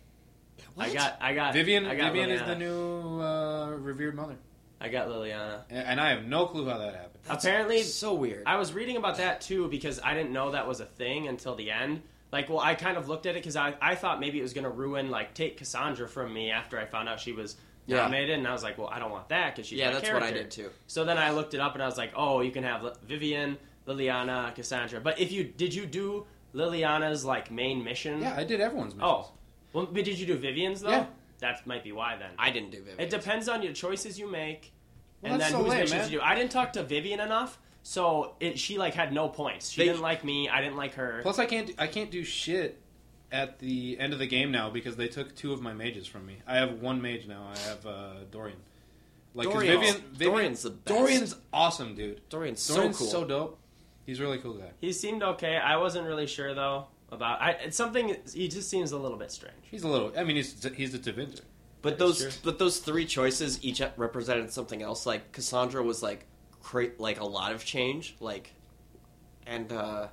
A: What?
D: I got, I got
B: Vivian
D: I got
B: Vivian
D: Liliana.
B: is the new uh, revered mother,
D: I got Liliana.
B: and, and I have no clue how that happened.
A: That's
D: Apparently-
A: so weird.
D: I was reading about that too because I didn't know that was a thing until the end. Like, well, I kind of looked at it because I, I thought maybe it was going to ruin, like, take Cassandra from me after I found out she was
A: Yeah.
D: nominated. And I was like, well, I don't want that because she's
A: yeah,
D: my
A: that's what I
D: character.
A: did too.
D: So then I looked it up and I was like, oh, you can have Li- Vivian, Liliana, Cassandra. But if you did you do Liliana's, like, main mission?
B: Yeah, I did everyone's missions.
D: Mm. Oh. Well, but did you do Vivian's, though?
B: Yeah.
D: That might be why then.
A: I didn't do Vivian.
D: It depends on your choices you make,
B: Well,
D: and
B: that's
D: then
B: so
D: whose
B: lame,
D: missions
B: man.
D: you do. I didn't talk to Vivian enough, so it, she like had no points. She
A: They-
D: didn't like me. I didn't like her.
B: Plus, I can't I can't do shit at the end of the game now because they took two of my mages from me. I have one mage now. I have uh, Dorian. Like 'cause
A: Dorian's-
B: Vivian, Vivian,
A: Dorian's the best.
B: Dorian's awesome, dude.
A: Dorian's so
B: Dorian's
A: cool.
B: so dope. He's a really cool guy.
D: He seemed okay. I wasn't really sure though about. I, it's something. He just seems a little bit strange.
B: He's a little. I mean, he's he's a Tevinter.
A: But those
D: That's true.
A: but those three choices each represented something else. Like Cassandra was like cra- like a lot of change, like and uh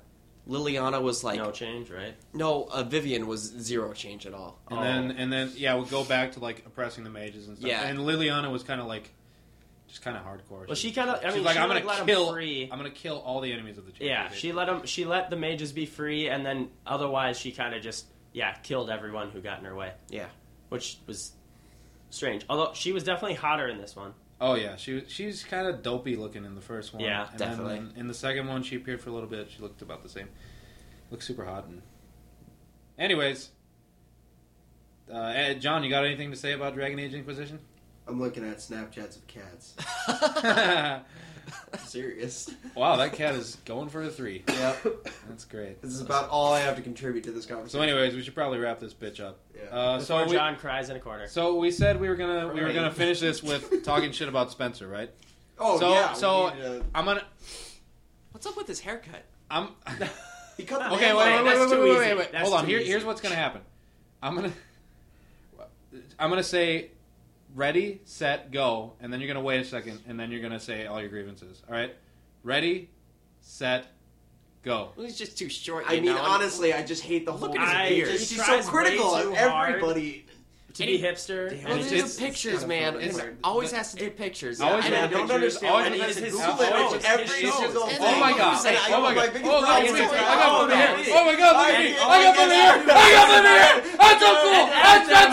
A: Liliana was like
D: no
A: no,
D: change, right?
A: uh, Vivian was zero change at
D: *laughs*
A: all. *laughs*
B: And
D: Oh.
B: then and then yeah, we'll go back to like oppressing the mages and stuff.
A: Yeah.
B: And Liliana was kind of like, just kind of hardcore.
D: Well,
B: She-
D: she kind of. I
B: she's
D: mean,
B: like,
D: she
B: I'm
D: like,
B: gonna
D: let
B: kill.
D: him free.
B: I'm gonna kill all the enemies of the. Champions
D: Yeah,
B: League.
D: she let him. She let the mages be free, and then otherwise she kind of just yeah killed everyone who got in her way.
A: Yeah.
D: which was strange. Although she was definitely hotter in this one.
B: Oh yeah, she was- she's kind of dopey looking in the first one.
D: Yeah,
B: and
A: definitely.
B: Then in the second one, she appeared for a little bit. She looked about the same. Looked super hot. And anyways, uh, eh, John, you got anything to say about Dragon Age Inquisition? *laughs*
C: I'm looking at Snapchats of cats.
B: wow,
C: Serious.
B: that cat is going for a three.
C: yeah.
B: That's great.
C: This is about all I have to contribute to this conversation.
B: So, anyways, we should probably wrap this bitch up.
C: Yeah.
B: Uh, so
D: Before
B: we,
D: John cries in a corner.
B: so we said we were gonna we were
C: Right.
B: gonna finish this with talking shit about Spencer, right?
C: oh
B: so-
C: yeah. we
B: so-
C: need to-
B: I'm gonna
A: What's up with his haircut?
B: I'm.
C: he cut the
B: Okay,
C: man
B: wait, wait, wait,
C: down.
D: that's
B: wait,
D: too
B: wait,
D: easy.
B: wait, wait.
D: That's
B: Hold on.
D: too
B: Here,
D: easy.
B: here's what's gonna happen. I'm gonna, I'm gonna say, ready, set, go, and then you're gonna wait a second, and then you're gonna say all your grievances. All right, ready, set, go.
A: Well, he's just too short.
C: I
A: you
C: mean,
A: know?
C: honestly, I just hate the whole.
A: Look at his
C: I-
A: beard.
C: Just,
D: He
C: he's so
D: tries way
C: critical
D: too
C: of
D: hard.
C: everybody.
D: to be hipster.
C: Damn.
A: Well, they
D: and it's
A: do
D: just,
A: pictures,
C: it's-
A: man.
C: it's-
A: It always has to do pictures.
B: Always
A: I
C: And I
A: know.
B: has-
C: don't
B: pictures,
C: understand.
B: always
C: I need
B: has
C: to
B: his
C: Google it.
D: shows.
C: It's every
D: His
C: single.
A: shows.
B: Oh my god!
A: And I
B: Oh my
A: got
B: god!
C: biggest
B: Oh my god!
C: problem is-
B: I got
C: Oh,
B: from
C: no.
B: here! Oh my god! Look at me!
C: I-
B: I got from here! I got from here! That's so cool! That's that's